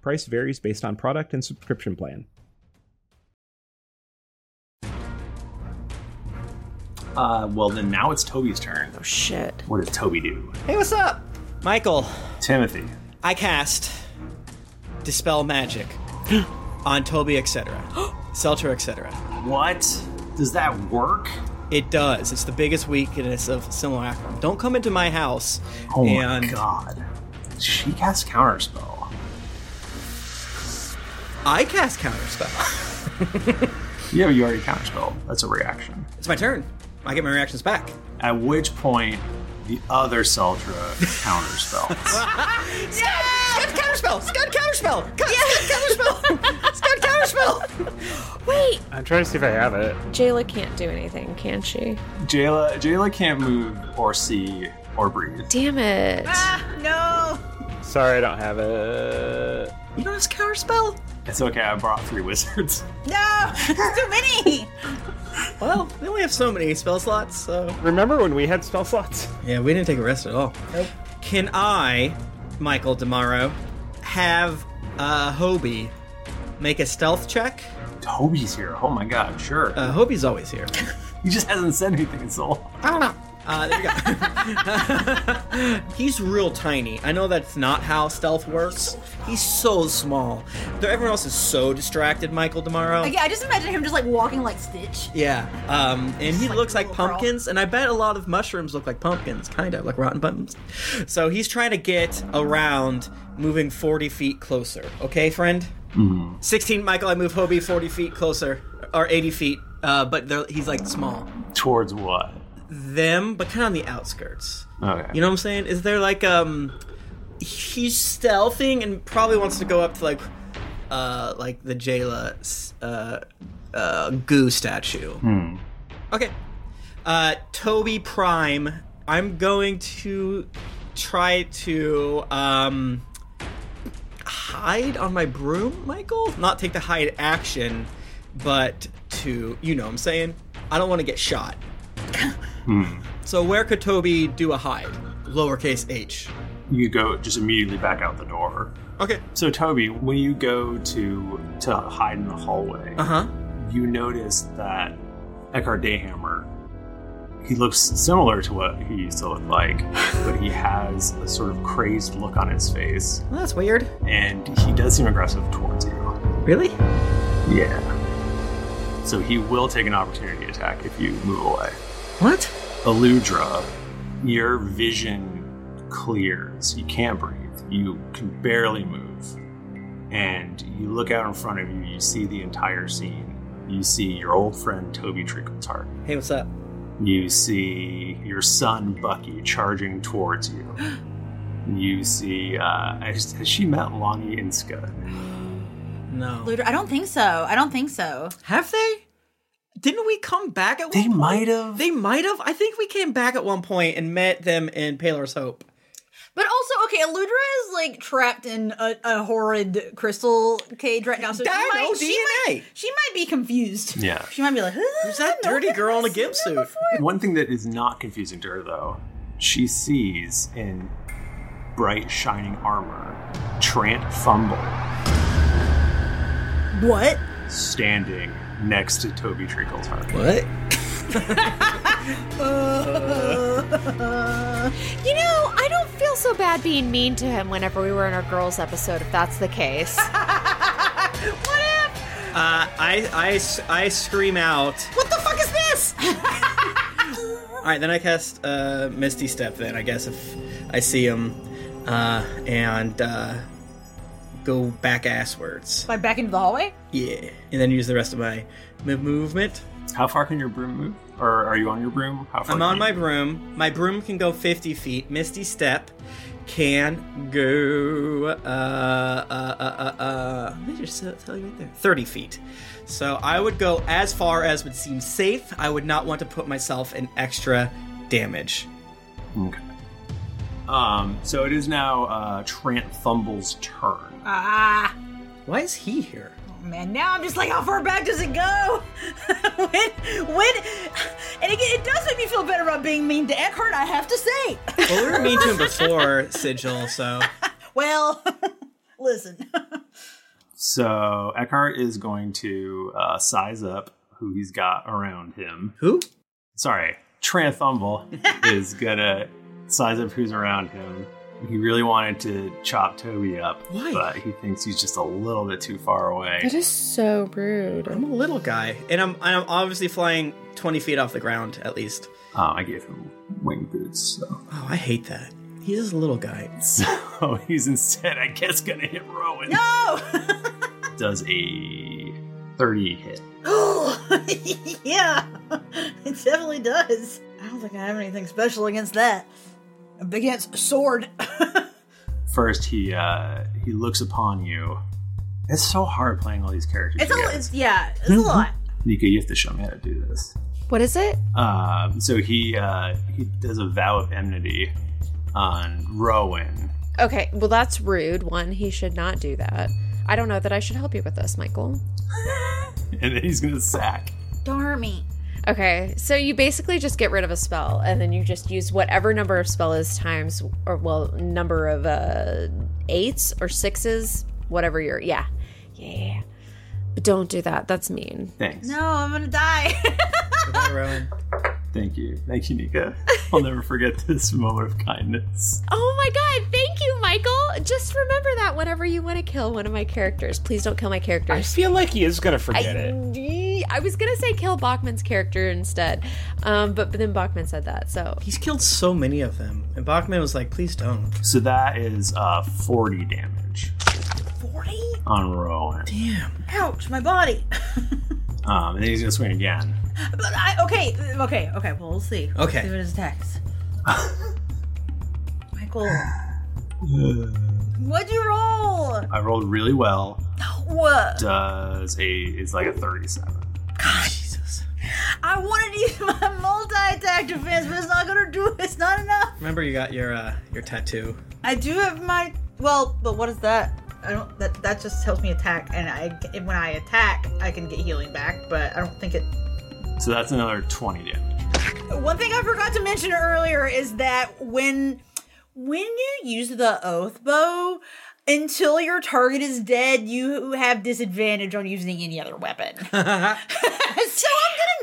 [SPEAKER 4] Price varies based on product and subscription plan.
[SPEAKER 1] Uh, well, then now it's Toby's turn. Oh,
[SPEAKER 5] shit.
[SPEAKER 1] What does Toby do?
[SPEAKER 2] Hey, what's up? Michael.
[SPEAKER 1] Timothy.
[SPEAKER 2] I cast Dispel
[SPEAKER 1] <gasps>
[SPEAKER 2] Magic on Toby, etc. Seltzer, etc.
[SPEAKER 1] What? Does that work?
[SPEAKER 2] It does. It's the biggest weakness of Simulacrum. Don't come into my house.
[SPEAKER 1] Oh my
[SPEAKER 2] and
[SPEAKER 1] god. She casts Counterspell.
[SPEAKER 2] I cast Counterspell.
[SPEAKER 1] Yeah, but you already counterspelled. That's a reaction.
[SPEAKER 2] It's my turn. I get my reactions back.
[SPEAKER 1] At which point, the other Seltra counterspells.
[SPEAKER 2] <laughs> Scud! Scud counterspell! Scud counterspell! Cut, Scud counterspell! Scud
[SPEAKER 3] <laughs>
[SPEAKER 2] counterspell!
[SPEAKER 9] Wait,
[SPEAKER 10] <laughs> I'm trying to see if I have it.
[SPEAKER 9] Jayla can't do anything, can she?
[SPEAKER 1] Jayla, Jayla can't move or see or breathe.
[SPEAKER 9] Damn it.
[SPEAKER 5] Ah!
[SPEAKER 3] no.
[SPEAKER 10] Sorry, I don't have it.
[SPEAKER 2] You don't have counterspell?
[SPEAKER 1] It's okay. I brought three <laughs> wizards.
[SPEAKER 3] No! There's too many!
[SPEAKER 2] well, we only have so many spell slots, so.
[SPEAKER 10] Remember when we had spell slots?
[SPEAKER 2] Yeah, we didn't take a rest at all.
[SPEAKER 10] Nope.
[SPEAKER 2] Can I, Michael Demaro, have uh, Hobie make a stealth check?
[SPEAKER 1] Hobie's here. Oh my god, sure.
[SPEAKER 2] Uh, Hobie's always here.
[SPEAKER 1] <laughs> he just hasn't said anything in so long.
[SPEAKER 2] I don't know. Uh, there you go. <laughs> He's real tiny. I know that's not how stealth works. He's so small. Though Everyone else is so distracted, Michael Demaro.
[SPEAKER 3] Okay, I just imagine him just like walking like Stitch.
[SPEAKER 2] Yeah, um, and he looks like pumpkins, and I bet a lot of mushrooms look like pumpkins, kind of like rotten pumpkins. So he's trying to get around, moving forty feet closer. Okay, friend.
[SPEAKER 1] Hmm.
[SPEAKER 2] Sixteen, Michael. I move Hobie forty feet closer, or eighty feet, uh, but they're- he's like small.
[SPEAKER 1] Towards what?
[SPEAKER 2] Them, but kind of on the outskirts.
[SPEAKER 1] Okay.
[SPEAKER 2] You know what I'm saying? Is there like um, he's stealthing and probably wants to go up to like, uh, like the Jayla, uh, uh, goo statue.
[SPEAKER 1] Hmm.
[SPEAKER 2] Okay. Uh, Toby Prime, I'm going to try to um, hide on my broom, Michael. Not take the hide action, but to, you know what I'm saying? I don't want to get shot.
[SPEAKER 1] Hmm.
[SPEAKER 2] So, where could Toby do a hide? Lowercase h.
[SPEAKER 1] You go just immediately back out the door.
[SPEAKER 2] Okay.
[SPEAKER 1] So Toby, when you go to to hide in the hallway,
[SPEAKER 2] Uh huh.
[SPEAKER 1] you notice that Eckhard Dayhammer he looks similar to what he used to look like, but he has a sort of crazed look on his face,
[SPEAKER 2] Well, that's weird.
[SPEAKER 1] and he does seem aggressive towards you.
[SPEAKER 2] Really?
[SPEAKER 1] Yeah. So he will take an opportunity attack if you move away.
[SPEAKER 2] What?
[SPEAKER 1] Aludra, your vision clears. You can't breathe. You can barely move. And you look out in front of you, you see the entire scene. You see your old friend Toby Trinklethart.
[SPEAKER 2] Hey, what's up?
[SPEAKER 1] You see your son Bucky charging towards
[SPEAKER 2] <gasps>
[SPEAKER 1] you. You see, uh, has has she met Lonnie Inska?
[SPEAKER 2] No.
[SPEAKER 3] Luder, I don't think so. I don't think so.
[SPEAKER 2] Oh. Have they? Didn't we come back at
[SPEAKER 1] they one They might have.
[SPEAKER 2] They might have. I think we came back at one point and met them in Paler's Hope.
[SPEAKER 3] But also, okay, Ludra is like trapped in a, a horrid crystal cage right now. So she
[SPEAKER 2] Dino
[SPEAKER 3] might, She
[SPEAKER 2] DNA.
[SPEAKER 3] might, she might be confused.
[SPEAKER 1] Yeah.
[SPEAKER 3] She might be like, who's
[SPEAKER 2] that <laughs> dirty girl in a gimp suit?
[SPEAKER 1] One thing that is not confusing to her, though, she sees in bright, shining armor Trant Fumble
[SPEAKER 3] What?
[SPEAKER 1] standing next to Toby Treaklehart.
[SPEAKER 2] What? Uh.
[SPEAKER 5] You know, I don't feel so bad being mean to him whenever we were in our girls episode, if that's the
[SPEAKER 3] <laughs>
[SPEAKER 5] case.
[SPEAKER 2] Uh, I, I s- I scream out.
[SPEAKER 3] <laughs> What the fuck is this?
[SPEAKER 2] All right, then I cast uh, Misty Step. Then I guess if I see him, uh, and uh, go back asswards.
[SPEAKER 3] Like back into the hallway?
[SPEAKER 2] Yeah, and then use the rest of my m- movement.
[SPEAKER 1] How far can your broom move? Or are you on your broom? How far
[SPEAKER 2] I'm
[SPEAKER 1] can
[SPEAKER 2] on
[SPEAKER 1] you-
[SPEAKER 2] my broom. My broom can go 50 feet. Misty Step can go. Uh, uh, uh, uh, uh, let me just tell- tell you right there. 30 feet. So I would go as far as would seem safe. I would not want to put myself in extra damage.
[SPEAKER 1] Okay. Um, so it is now uh, Trant Fumble's turn.
[SPEAKER 3] Ah.
[SPEAKER 2] Why is he here?
[SPEAKER 3] Oh, Man, now I'm just like, how far back does it go? <laughs> when, when, and again, it does make me feel better about being mean to Eckhart. I have to say. <laughs>
[SPEAKER 2] Well, we were mean to him before, Sigil, so.
[SPEAKER 3] Well, <laughs> listen. <laughs>
[SPEAKER 1] So Eckhart is going to uh, size up who he's got around him.
[SPEAKER 2] Who?
[SPEAKER 1] Sorry,
[SPEAKER 2] <laughs>
[SPEAKER 1] Tranthumble is gonna size up who's around him. He really wanted to chop Toby up,
[SPEAKER 2] Why?
[SPEAKER 1] but he thinks he's just a little bit too far away.
[SPEAKER 2] That is so rude. I'm a little guy, and I'm and I'm obviously flying 20 feet off the ground at least.
[SPEAKER 1] Um, I gave him wing boots, so.
[SPEAKER 2] Oh, I hate that. He is a little guy.
[SPEAKER 1] <laughs> So he's instead, I guess, gonna hit Rowan.
[SPEAKER 3] No!
[SPEAKER 1] Does a 30 hit.
[SPEAKER 3] Oh, yeah. It definitely does. I don't think I have anything special against that. Against sword.
[SPEAKER 1] First, he uh, he looks upon you. It's so hard playing all these characters.
[SPEAKER 3] It's a,
[SPEAKER 1] together.
[SPEAKER 3] it's, yeah, it's a lot.
[SPEAKER 1] <laughs> Nika, you have to show me how to do this.
[SPEAKER 5] Mm-hmm. What is it?
[SPEAKER 1] Um, so he uh, he does a vow of enmity on Rowan. <laughs>
[SPEAKER 5] Okay, well, that's rude. One, he should not do that. I don't know that I should help you with this, Michael.
[SPEAKER 1] and then he's gonna sack.
[SPEAKER 3] Don't hurt me.
[SPEAKER 5] Okay, so you basically just get rid of a spell, and then you just use whatever number of spell is times, or well, number of uh, eights or sixes, whatever you're. Yeah, yeah. But don't do that. That's mean.
[SPEAKER 1] Thanks.
[SPEAKER 3] No, I'm gonna die. <laughs>
[SPEAKER 1] Thank you. Thank you, Nika.
[SPEAKER 3] <laughs>
[SPEAKER 1] I'll never forget this moment of kindness.
[SPEAKER 5] Oh my god! Thank you, Michael. Just remember that whenever you want to kill one of my characters, please don't kill my
[SPEAKER 4] I
[SPEAKER 5] characters.
[SPEAKER 4] feel like he is gonna forget
[SPEAKER 5] I-
[SPEAKER 4] it.
[SPEAKER 5] I was gonna say kill Bachman's character instead, um, but, but then Bachman said that, so
[SPEAKER 2] He's killed so many of them, and Bachman was like, "Please don't."
[SPEAKER 1] So that is uh, 40 damage
[SPEAKER 3] 40?
[SPEAKER 1] on Rowan.
[SPEAKER 2] Damn.
[SPEAKER 3] Ouch, my body.
[SPEAKER 1] Um, and then he's gonna swing again.
[SPEAKER 3] But I, okay, okay, okay, well, we'll see.
[SPEAKER 1] Okay.
[SPEAKER 3] Let's see what his attacks. Michael, what'd you roll?
[SPEAKER 1] I rolled really well.
[SPEAKER 3] What?
[SPEAKER 1] Does a is like a 37.
[SPEAKER 3] I wanted to use <laughs> my multi attack defense, but it's not gonna do it. It's not enough.
[SPEAKER 2] Remember, you got your uh, your tattoo.
[SPEAKER 3] I do have my well, but what is that? I don't. That that just helps me attack, and I and when I attack, I can get healing back. But I don't think it.
[SPEAKER 1] So that's another 20 damage.
[SPEAKER 3] One thing I forgot to mention earlier is that when when you use the oath bow, Until your target is dead, you have disadvantage on using any other weapon.
[SPEAKER 2] <laughs>
[SPEAKER 3] so I'm gonna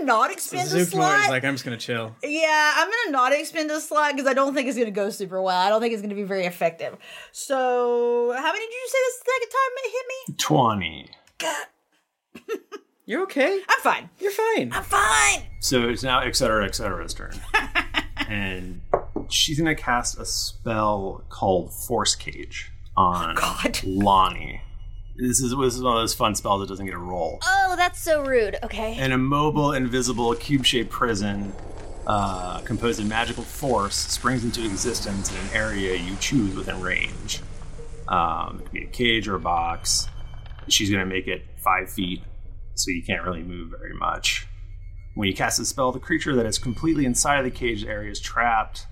[SPEAKER 3] not expend a
[SPEAKER 2] Zook
[SPEAKER 3] slot.
[SPEAKER 2] is like, I'm just gonna chill.
[SPEAKER 3] yeah, I'm gonna not expend a slot because I don't think it's gonna go super well. I don't think it's gonna be very effective. So, how many did you say the second time it hit me?
[SPEAKER 1] 20.
[SPEAKER 2] You're okay.
[SPEAKER 3] I'm fine.
[SPEAKER 2] You're fine.
[SPEAKER 3] I'm fine.
[SPEAKER 1] So it's now et cetera, et cetera's turn. and she's going to cast a spell called Force Cage on Lonnie. This is, this is one of those fun spells that doesn't get a roll.
[SPEAKER 11] Oh, that's so rude. Okay.
[SPEAKER 1] An immobile, invisible, cube shaped prison uh, composed of magical force springs into existence in an area you choose within range. Um, it could be a cage or a box. She's going to make it five feet, so you can't really move very much. When you cast a spell, the creature that is completely inside of the cage area is trapped.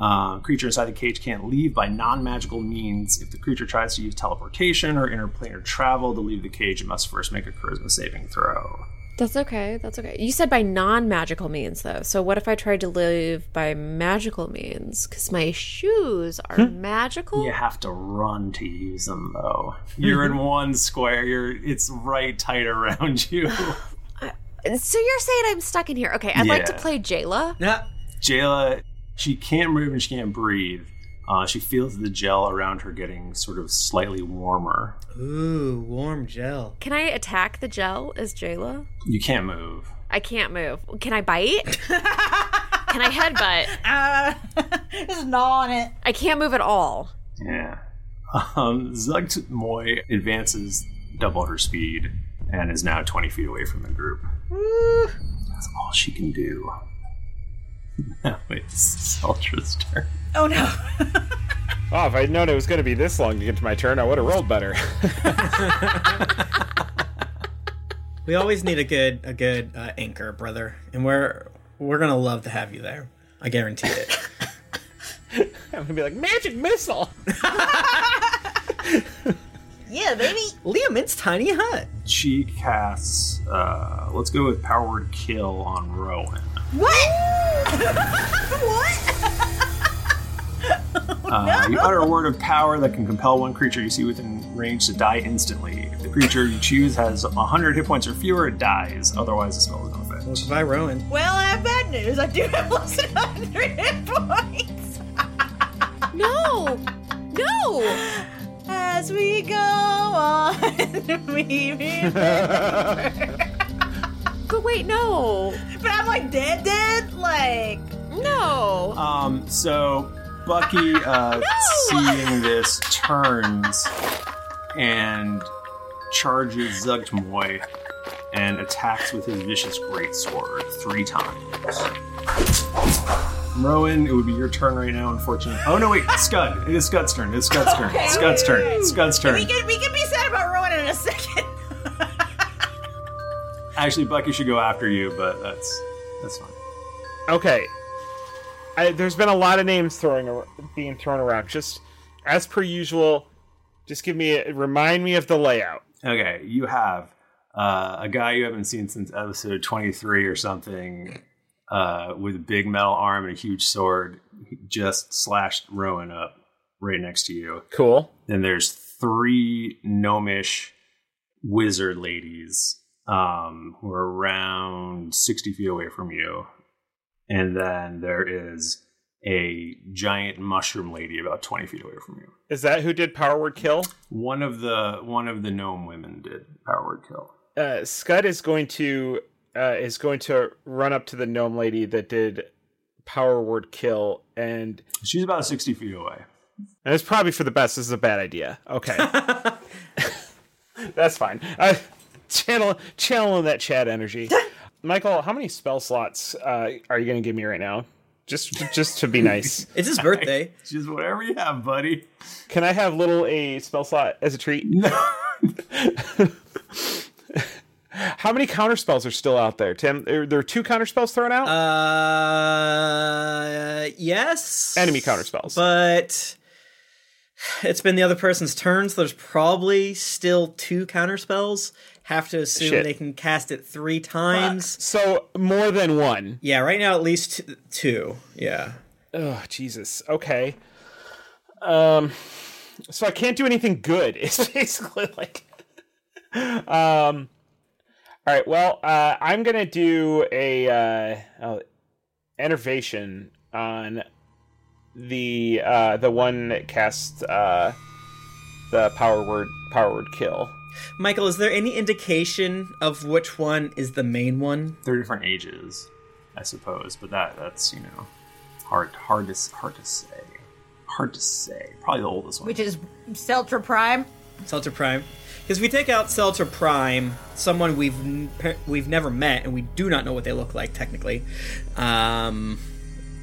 [SPEAKER 1] Um, creature inside the cage can't leave by non-magical means. If the creature tries to use teleportation or interplanar travel to leave the cage, it must first make a charisma saving throw.
[SPEAKER 5] That's okay. That's okay. You said by non magical means, though. So, what if I tried to live by magical means? Because my shoes are
[SPEAKER 3] Hmm.
[SPEAKER 5] magical.
[SPEAKER 1] You have to run to use them, though. You're in one square. You're it's right tight around you.
[SPEAKER 5] So, you're saying I'm stuck in here. Okay, I'd like to
[SPEAKER 1] Yeah.
[SPEAKER 5] play Jayla.
[SPEAKER 2] Yeah.
[SPEAKER 1] Jayla, she can't move and she can't breathe. Uh, she feels the gel around her getting sort of slightly warmer.
[SPEAKER 2] Ooh, warm gel.
[SPEAKER 5] Can I attack the gel as Jayla?
[SPEAKER 1] You can't move.
[SPEAKER 5] I can't move. Can I
[SPEAKER 3] <laughs>
[SPEAKER 5] bite? Can I headbutt?
[SPEAKER 3] Uh, <laughs> just gnaw on it.
[SPEAKER 5] I can't move at all.
[SPEAKER 1] Yeah. Um, Zugt Moy advances double her speed and is now 20 feet away from the group. That's all she can do. <laughs> Now it's Seltra's turn.
[SPEAKER 3] Oh no.
[SPEAKER 4] Oh, if I'd known it was going to be this long to get to my turn, I would have rolled better. <laughs>
[SPEAKER 2] We always need a good a good uh, anchor, brother, and we're we're gonna love to have you there. I guarantee it.
[SPEAKER 4] I'm gonna be like magic missile.
[SPEAKER 3] <laughs> yeah, baby.
[SPEAKER 2] Liam, it's tiny hut.
[SPEAKER 1] She casts, uh, let's go with Power Word Kill on Rowan.
[SPEAKER 3] What? what?
[SPEAKER 2] <laughs>
[SPEAKER 1] Uh, you utter a word of power that can compel one creature you see within range to die instantly. If the creature you choose has 100 hit points or fewer, it dies. Otherwise, the spell is no effect.
[SPEAKER 2] Goodbye, Rowan.
[SPEAKER 3] Well, I have bad news. I do have <laughs> less than 100 hit points.
[SPEAKER 5] no! No!
[SPEAKER 3] As we go on, <laughs> we remember.
[SPEAKER 5] But wait, no.
[SPEAKER 3] But I'm like dead, dead? Like.
[SPEAKER 5] No.
[SPEAKER 1] Um, so Bucky, uh, seeing this, turns and charges Zugtmoy and attacks with his vicious greatsword three times. Rowan, it would be your turn right now, unfortunately. Oh no, wait, Scud! It is Scud's turn. It's Scud's turn.
[SPEAKER 3] Okay.
[SPEAKER 1] Scud's turn. Scud's turn.
[SPEAKER 3] We can, we can be sad about Rowan in a second.
[SPEAKER 1] Actually, Bucky should go after you, but that's that's fine.
[SPEAKER 4] Okay. I, there's been a lot of names throwing ar- being thrown around. Just as per usual, just give me a, remind me of the layout.
[SPEAKER 1] Okay, you have uh, a guy you haven't seen since episode 23 or something uh, with a big metal arm and a huge sword he just slashed Rowan up right next to you.
[SPEAKER 4] Cool.
[SPEAKER 1] Then there's three gnomish wizard ladies um, who are around 60 feet away from you. And then there is a giant mushroom lady about 20 feet away from you.
[SPEAKER 4] Is that who did Power Word Kill?
[SPEAKER 1] One of the one of the gnome women did power word kill.
[SPEAKER 4] Uh, Scud is going to uh, is going to run up to the gnome lady that did Power Word Kill, and
[SPEAKER 1] she's about sixty feet away.
[SPEAKER 4] And it's probably for the best. This is a bad idea.
[SPEAKER 1] <laughs>
[SPEAKER 4] Okay, <laughs> that's fine. Uh, channel channeling that Chad
[SPEAKER 1] <laughs>
[SPEAKER 4] energy. Michael, how many spell slots uh, are you going to give me right now? Just just to be nice.
[SPEAKER 2] It's his birthday.
[SPEAKER 1] Just whatever you have, buddy.
[SPEAKER 4] Can I have little a spell slot as a treat? <laughs> How many counter spells are still out there, Tim? There, there are two counter spells thrown out.
[SPEAKER 2] Uh, yes.
[SPEAKER 4] Enemy counter spells.
[SPEAKER 2] But it's been the other person's turn, so there's probably still two counter spells. Have to assume
[SPEAKER 4] Shit.
[SPEAKER 2] they can cast it three times.
[SPEAKER 4] So more than one.
[SPEAKER 2] Yeah, right now at least t- two. Yeah.
[SPEAKER 4] Oh Jesus. Okay. Um, so I can't do anything good. <laughs> It's basically like, um, all right. Well, uh, I'm gonna do a uh, uh, enervation on the uh, the one that casts uh, the power word power word kill.
[SPEAKER 2] Michael, is there any indication of which one is the main one?
[SPEAKER 1] They're different ages, I suppose, but that that's you know hard hard to s- hard to say, hard to say. Probably the oldest one.
[SPEAKER 3] Which is Seltra Prime.
[SPEAKER 2] Seltzer Prime. Because we take out Seltzer Prime, someone we've n- pe- we've never met and we do not know what they look like technically. Um,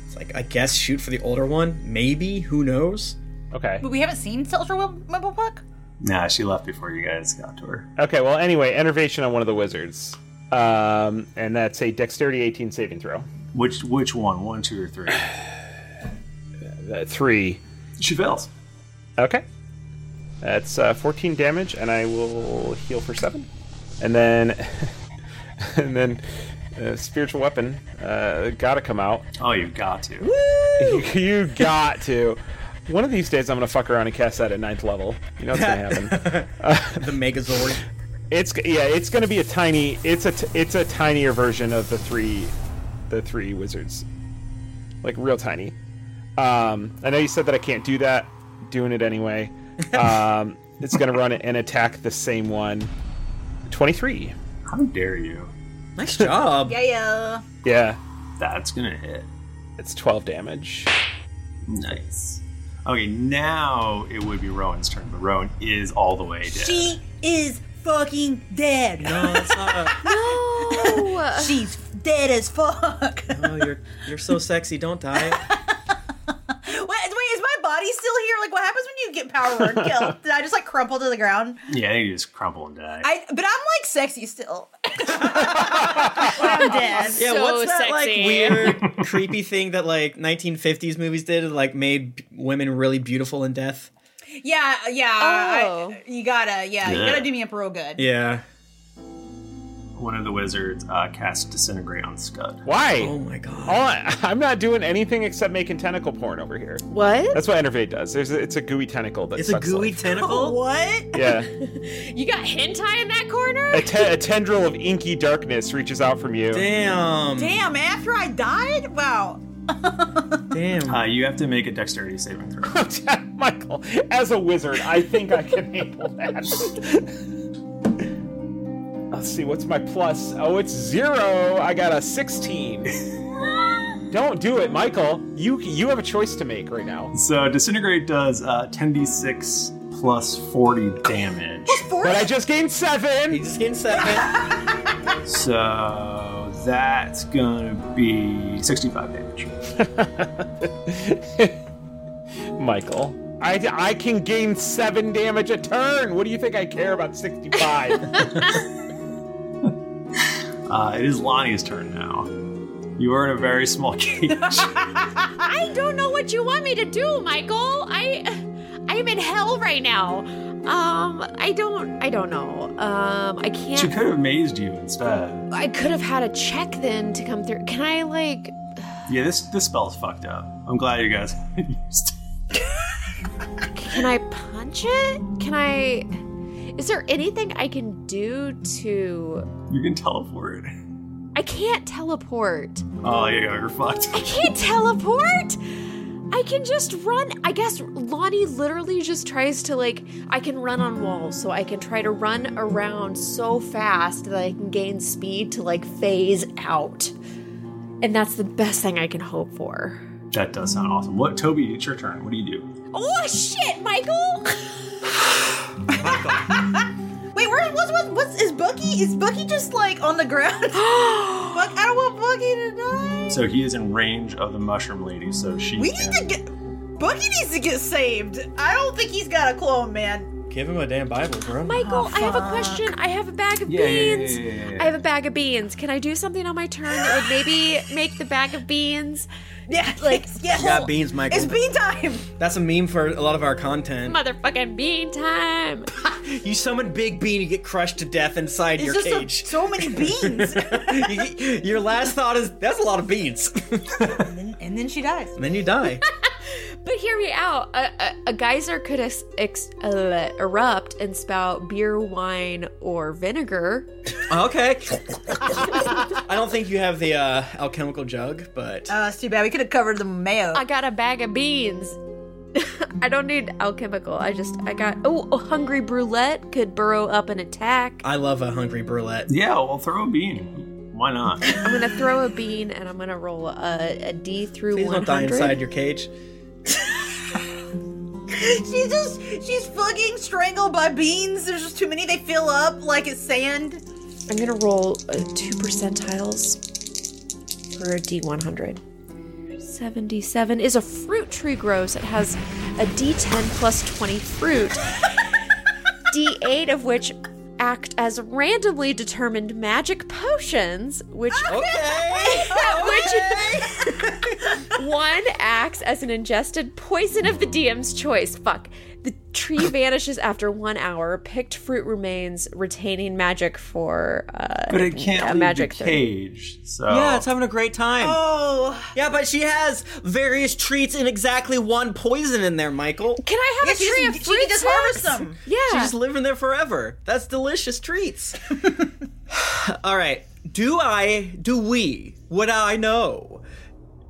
[SPEAKER 2] it's like I guess shoot for the older one, maybe. Who knows?
[SPEAKER 4] Okay.
[SPEAKER 3] But we haven't seen Seltra Wibblepuck.
[SPEAKER 1] Nah, she left before you guys got to her.
[SPEAKER 4] Okay. Well, anyway, enervation on one of the wizards, um, and that's a dexterity 18 saving throw.
[SPEAKER 1] Which which one? One, two, or
[SPEAKER 4] <sighs>
[SPEAKER 1] three? <sighs>
[SPEAKER 4] Uh, three.
[SPEAKER 1] She fails.
[SPEAKER 4] Okay. That's uh, 14 damage, and I will heal for seven. And then, <laughs> and then, uh, spiritual weapon. Uh, gotta come out.
[SPEAKER 1] Oh, you got to.
[SPEAKER 4] You, you got to. One of these days, I'm gonna fuck around and cast that at ninth level. You know what's gonna
[SPEAKER 2] <laughs>
[SPEAKER 4] happen? Uh,
[SPEAKER 2] the Megazord.
[SPEAKER 4] It's yeah. It's gonna be a tiny. It's a t- it's a tinier version of the three, the three wizards, like real tiny. Um, I know you said that I can't do that. Doing it
[SPEAKER 2] <laughs>
[SPEAKER 4] anyway. Um, it's gonna run and attack the same one. Twenty-three.
[SPEAKER 1] How dare you?
[SPEAKER 2] Nice
[SPEAKER 3] yeah, yeah.
[SPEAKER 4] Yeah.
[SPEAKER 1] That's gonna hit.
[SPEAKER 4] It's 12 damage.
[SPEAKER 1] Nice. Okay, now it would be Rowan's turn, but Rowan is all the way dead.
[SPEAKER 3] She is fucking dead. <laughs>
[SPEAKER 2] No, that's not
[SPEAKER 3] no. <laughs> She's dead as fuck. <laughs> Wait,
[SPEAKER 2] Oh, you're you're so sexy. Don't die.
[SPEAKER 3] wait, is my body still here? Like, what happens when you get power
[SPEAKER 2] <laughs>
[SPEAKER 3] word killed? Did I just like crumple to the ground?
[SPEAKER 1] Yeah, you just crumple and die.
[SPEAKER 3] I, but I'm like sexy still. <laughs> I'm dead.
[SPEAKER 2] Yeah, what's that like weird, creepy thing that like 1950s movies did, that, like made b- women really beautiful in death?
[SPEAKER 3] <laughs> Yeah, yeah. I, you gotta, yeah, you
[SPEAKER 1] Yeah.
[SPEAKER 3] gotta do me up real good.
[SPEAKER 2] Yeah.
[SPEAKER 1] One of the wizards uh, casts disintegrate on Scud.
[SPEAKER 4] Why?
[SPEAKER 2] Oh my god.
[SPEAKER 4] All I, <laughs> I'm not doing anything except making tentacle porn over here.
[SPEAKER 5] What?
[SPEAKER 4] That's what Enervate does. There's a, it's a gooey tentacle that
[SPEAKER 2] It's a
[SPEAKER 4] sucks
[SPEAKER 2] gooey
[SPEAKER 4] life.
[SPEAKER 2] tentacle?
[SPEAKER 3] what?
[SPEAKER 4] Yeah.
[SPEAKER 5] You got
[SPEAKER 3] <laughs>
[SPEAKER 5] hentai in that corner?
[SPEAKER 4] A, te- a tendril of inky darkness reaches out from you.
[SPEAKER 2] Damn.
[SPEAKER 3] Damn, after I died? Wow.
[SPEAKER 2] Damn.
[SPEAKER 1] Uh, you have to make a dexterity saving throw.
[SPEAKER 4] <laughs> Michael, as a wizard, I think I can handle that. Let's see, what's my plus? Oh, it's zero. I got a
[SPEAKER 1] <laughs>
[SPEAKER 4] 16. Don't do it, Michael. You you have a choice to make right now.
[SPEAKER 1] So disintegrate does uh, 10d6 plus 40 damage.
[SPEAKER 4] But I just gained seven. You
[SPEAKER 2] just gained seven.
[SPEAKER 1] so that's gonna be 65 damage.
[SPEAKER 4] Michael. I, I can gain seven damage a turn. What do you think I care about 65?
[SPEAKER 1] Uh, it is Lonnie's turn now. You are in a very small <laughs> cage.
[SPEAKER 5] I don't know what you want me to do, Michael. I I'm in hell right now. Um, I don't I don't know. Um, I can't
[SPEAKER 1] She could have mazed you instead.
[SPEAKER 5] I could have had a check then to come through. Can I like
[SPEAKER 1] Yeah, this this spell's fucked up. I'm glad you guys <laughs> used it.
[SPEAKER 5] can I punch it? Can I Is there anything I can do to
[SPEAKER 1] You can teleport.
[SPEAKER 5] I can't teleport.
[SPEAKER 1] Oh, yeah, you're
[SPEAKER 2] <laughs>
[SPEAKER 1] fucked.
[SPEAKER 5] I can't teleport. I can just run. I guess Lonnie literally just tries to like I can run on walls, so I can try to run around so fast that I can gain speed to like phase out. And that's the best thing I can hope for.
[SPEAKER 1] That does sound awesome. What, Toby? It's your turn. What do you do?
[SPEAKER 5] Oh shit, Michael!
[SPEAKER 3] <laughs> Wait, where what's what's, what's is Bucky? Is Bucky just like on the
[SPEAKER 5] <gasps>
[SPEAKER 3] ground? Buck, I don't want Bucky to die.
[SPEAKER 1] So he is in range of the mushroom lady, so she.
[SPEAKER 3] We
[SPEAKER 1] can-
[SPEAKER 3] need to get Bucky needs to get saved. I don't think he's got a clone, man. <laughs>
[SPEAKER 2] Give him a damn Bible, bro.
[SPEAKER 3] Oh,
[SPEAKER 5] Michael, I have a question. I have a bag of
[SPEAKER 2] Yeah, yeah, yeah,
[SPEAKER 5] beans.
[SPEAKER 2] yeah, yeah, yeah.
[SPEAKER 5] I have a bag of beans. Can I do something on my turn that would maybe make the bag of beans? <laughs>
[SPEAKER 3] Yeah, like <laughs> yeah.
[SPEAKER 2] You got beans, Michael.
[SPEAKER 3] bean time.
[SPEAKER 2] That's a meme for a lot of our content.
[SPEAKER 5] Motherfucking bean time.
[SPEAKER 2] <laughs> You summon Big Bean, you get crushed to death inside
[SPEAKER 5] It's
[SPEAKER 2] your
[SPEAKER 5] just so- <laughs>
[SPEAKER 2] cage.
[SPEAKER 3] so many beans.
[SPEAKER 2] You- <laughs> your last thought is that's a lot of beans,
[SPEAKER 3] And then she dies.
[SPEAKER 5] <laughs>
[SPEAKER 2] and then you die.
[SPEAKER 5] But hear me out. A, a, a geyser could ex- ex- uh, erupt and spout beer, wine, or vinegar.
[SPEAKER 3] Oh,
[SPEAKER 2] Okay. I don't think you have the uh, alchemical jug, but
[SPEAKER 3] Uh, it's too bad. We could have covered the mayo.
[SPEAKER 5] I got a bag of beans. <laughs> I don't need alchemical. I just I got oh a hungry brulette could burrow up and attack.
[SPEAKER 2] I love a hungry brulette.
[SPEAKER 1] Yeah, well, throw a bean. Why not?
[SPEAKER 2] <laughs>
[SPEAKER 5] I'm gonna throw a bean and I'm gonna roll a, a D through
[SPEAKER 2] Please
[SPEAKER 5] one
[SPEAKER 2] don't die inside
[SPEAKER 5] hundred.
[SPEAKER 2] your cage.
[SPEAKER 3] she's just she's fucking strangled by beans. There's just too many. They fill up like it's sand.
[SPEAKER 5] I'm gonna roll uh, two percentiles for a D100. 77 is a fruit tree grows. It has a D10 plus 20 fruit,
[SPEAKER 1] <laughs>
[SPEAKER 5] D8 of which act as randomly determined magic potions,
[SPEAKER 1] <laughs>
[SPEAKER 5] which <laughs> which <laughs> one acts as an ingested poison of the DM's choice. Fuck. The
[SPEAKER 1] <laughs>
[SPEAKER 5] tree vanishes after one hour. Picked fruit remains, retaining magic for uh,
[SPEAKER 1] But it can't
[SPEAKER 5] a
[SPEAKER 1] leave
[SPEAKER 5] magic
[SPEAKER 1] the
[SPEAKER 5] thirty.
[SPEAKER 1] cage. So
[SPEAKER 2] Yeah, it's having a great time.
[SPEAKER 3] Oh.
[SPEAKER 2] Yeah, but she has various treats and exactly one poison in there, Michael.
[SPEAKER 5] Can I have
[SPEAKER 3] Yeah,
[SPEAKER 5] a
[SPEAKER 3] she
[SPEAKER 5] tree
[SPEAKER 3] just-
[SPEAKER 5] of
[SPEAKER 3] she
[SPEAKER 5] fruit
[SPEAKER 3] can just harvest
[SPEAKER 5] snacks?
[SPEAKER 3] them.
[SPEAKER 5] <laughs> Yeah.
[SPEAKER 2] She's just living there forever. That's delicious treats. <sighs> All right. Do I, do we, would I know,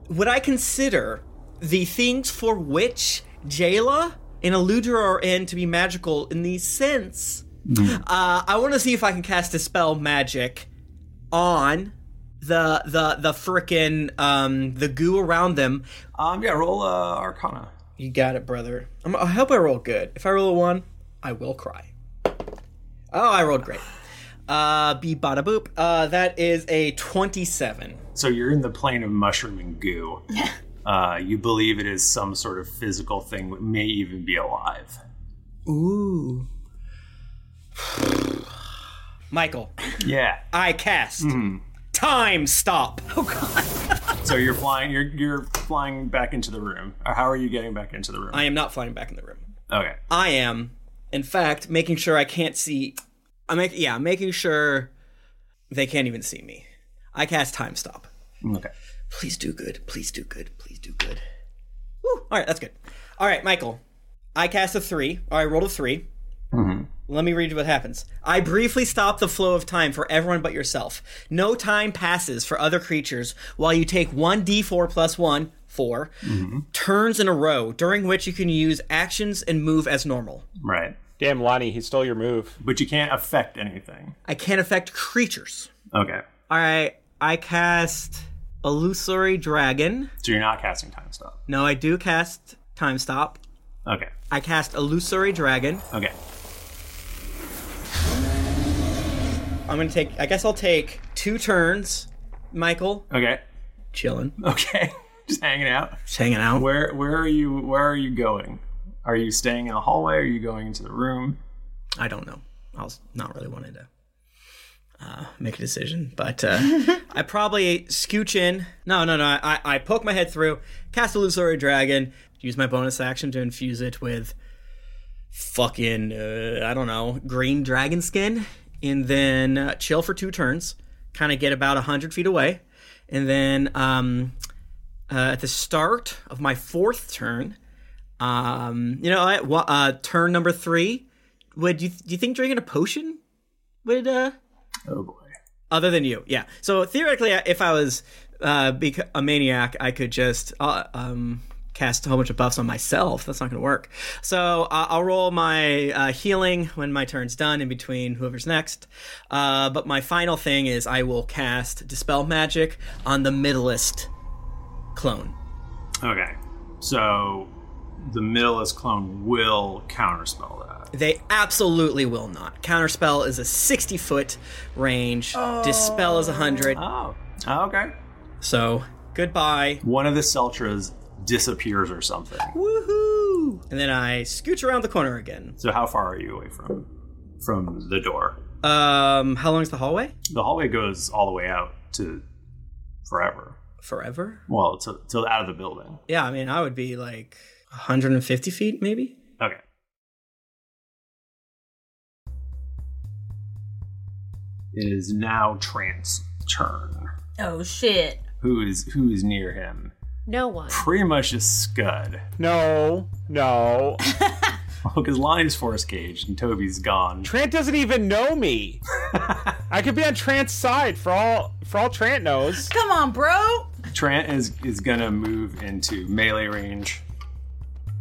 [SPEAKER 2] would I consider the things for which Jayla and Eludra are in to be magical in the sense? Uh, I want to see if I can cast a spell magic on the the the frickin' um the goo around them.
[SPEAKER 1] Um yeah, roll uh, Arcana.
[SPEAKER 2] You got it, brother. I'm, I hope I roll good. If I roll a one, I will cry. Oh, I rolled great. Uh, be bada boop. Uh, that is a twenty-seven.
[SPEAKER 1] So you're in the plane of mushroom and goo. uh, you believe it is some sort of physical thing that may even be alive.
[SPEAKER 2] Ooh. <sighs> Michael,
[SPEAKER 1] Yeah. Hmm.
[SPEAKER 2] I cast. Time stop.
[SPEAKER 5] Oh, <laughs>
[SPEAKER 1] So you're flying. You're you're flying back into the room. Or how are you getting back into the room?
[SPEAKER 2] I am not flying back in the room.
[SPEAKER 1] Okay.
[SPEAKER 2] I am, in fact, making sure I can't see. I make yeah, making sure they can't even see me. I cast time stop.
[SPEAKER 1] Okay.
[SPEAKER 2] Please do <laughs> good. Please do good. Please do good. Woo. All right, that's good. All right, Michael. I cast a three. All right, rolled a 3
[SPEAKER 1] Mm-hmm.
[SPEAKER 2] Let me read you what happens. I briefly stop the flow of time for everyone but yourself. No time passes for other creatures while you take one d4 plus one, four,
[SPEAKER 1] Mm-hmm.
[SPEAKER 2] turns in a row, during which you can use actions and move as normal.
[SPEAKER 1] Right.
[SPEAKER 4] Damn, Lonnie, he stole your move.
[SPEAKER 1] But you can't affect anything.
[SPEAKER 2] I can't affect creatures.
[SPEAKER 1] Okay.
[SPEAKER 2] All right, I cast Illusory Dragon.
[SPEAKER 1] So you're not casting time stop.
[SPEAKER 2] No, I do cast Time Stop.
[SPEAKER 1] Okay.
[SPEAKER 2] I cast Illusory Dragon.
[SPEAKER 1] Okay.
[SPEAKER 2] I'm gonna take. I guess I'll take two turns, Michael.
[SPEAKER 1] Okay.
[SPEAKER 2] Chilling.
[SPEAKER 1] Okay. <laughs> Just hanging out.
[SPEAKER 2] Just hanging out.
[SPEAKER 1] Where where are you where are you going? Are you staying in the hallway? Are you going into the room?
[SPEAKER 2] I don't know. I was not really wanting to uh, make a decision, but uh, I probably scooch in. No, no, no. I, I poke my head through, cast Illusory Dragon, use my bonus action to infuse it with fucking, uh, I don't know, green dragon skin, and then uh, chill for two turns, kind of get about 100 feet away. And then um, uh, at the start of my fourth turn, um, you know, I, wa- uh, turn number three, would you do you think drinking a potion would uh
[SPEAKER 1] Oh boy.
[SPEAKER 2] other than you yeah so theoretically if i was uh bec- a maniac i could just uh, um cast a whole bunch of buffs on myself that's not gonna work so uh, i'll roll my uh, healing when my turn's done in between whoever's next uh but my final thing is i will cast dispel magic on the middleist clone
[SPEAKER 1] <laughs> Okay. So the middleist clone will counterspell that.
[SPEAKER 2] They absolutely will not. Counterspell is a 60 foot range. Dispel is 100.
[SPEAKER 1] Oh. okay.
[SPEAKER 2] So, goodbye.
[SPEAKER 1] One of the Seltras disappears or something.
[SPEAKER 2] Woohoo! And then I scooch around the corner again.
[SPEAKER 1] So how far are you away from from the door?
[SPEAKER 2] Um, how long is the hallway?
[SPEAKER 1] The hallway goes all the way out to forever.
[SPEAKER 2] Forever?
[SPEAKER 1] Well, to, to out of the building.
[SPEAKER 2] Yeah, I mean, I would be like 150 feet maybe.
[SPEAKER 1] Okay. It is now Trant's turn.
[SPEAKER 3] Oh shit.
[SPEAKER 1] Who is who is near him?
[SPEAKER 5] No one.
[SPEAKER 1] Pretty much just Scud.
[SPEAKER 4] No, no.
[SPEAKER 1] Because Lion's force caged and Toby's gone.
[SPEAKER 4] Trant doesn't even know
[SPEAKER 1] <laughs>
[SPEAKER 4] me. I could be on Trant's side for all for all Trant knows.
[SPEAKER 3] <laughs> Come on, bro.
[SPEAKER 1] Trant is is gonna move into melee range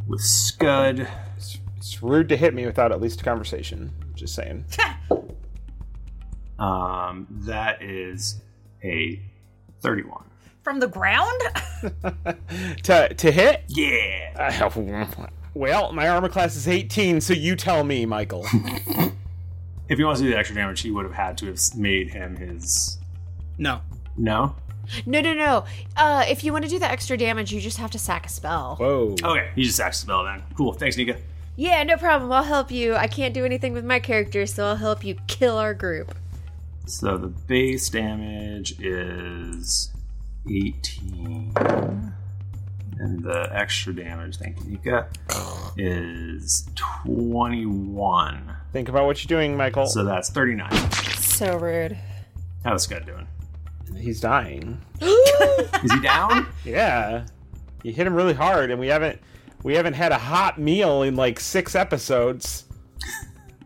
[SPEAKER 1] with Scud.
[SPEAKER 4] It's, it's rude to hit me without at least a conversation. Just
[SPEAKER 2] <laughs>
[SPEAKER 4] saying.
[SPEAKER 1] Um, that is a thirty-one.
[SPEAKER 3] From the ground?
[SPEAKER 4] to to hit?
[SPEAKER 1] Yeah.
[SPEAKER 4] well, my armor class is 18, so you tell me, Michael.
[SPEAKER 1] If he wants to do the extra damage, he would have had to have made him his.
[SPEAKER 2] No.
[SPEAKER 1] No.
[SPEAKER 5] No, no, no. Uh, if you want to do the extra damage, you just have to sack a spell.
[SPEAKER 4] Whoa.
[SPEAKER 1] Okay, he just sacks the spell then. Cool. Thanks, Nika.
[SPEAKER 5] Yeah, no problem. I'll help you. I can't do anything with my character, so I'll help you kill our group.
[SPEAKER 1] So the base damage is 18. And the extra damage, thank you, Nika, is 21.
[SPEAKER 4] Think about what you're doing, Michael.
[SPEAKER 1] So that's 39.
[SPEAKER 8] So rude.
[SPEAKER 1] <laughs> How's Scott doing?
[SPEAKER 4] He's dying.
[SPEAKER 1] Is he down?
[SPEAKER 4] <laughs> yeah. You hit him really hard and we haven't we haven't had a hot meal in like 6
[SPEAKER 1] <laughs>
[SPEAKER 4] episodes.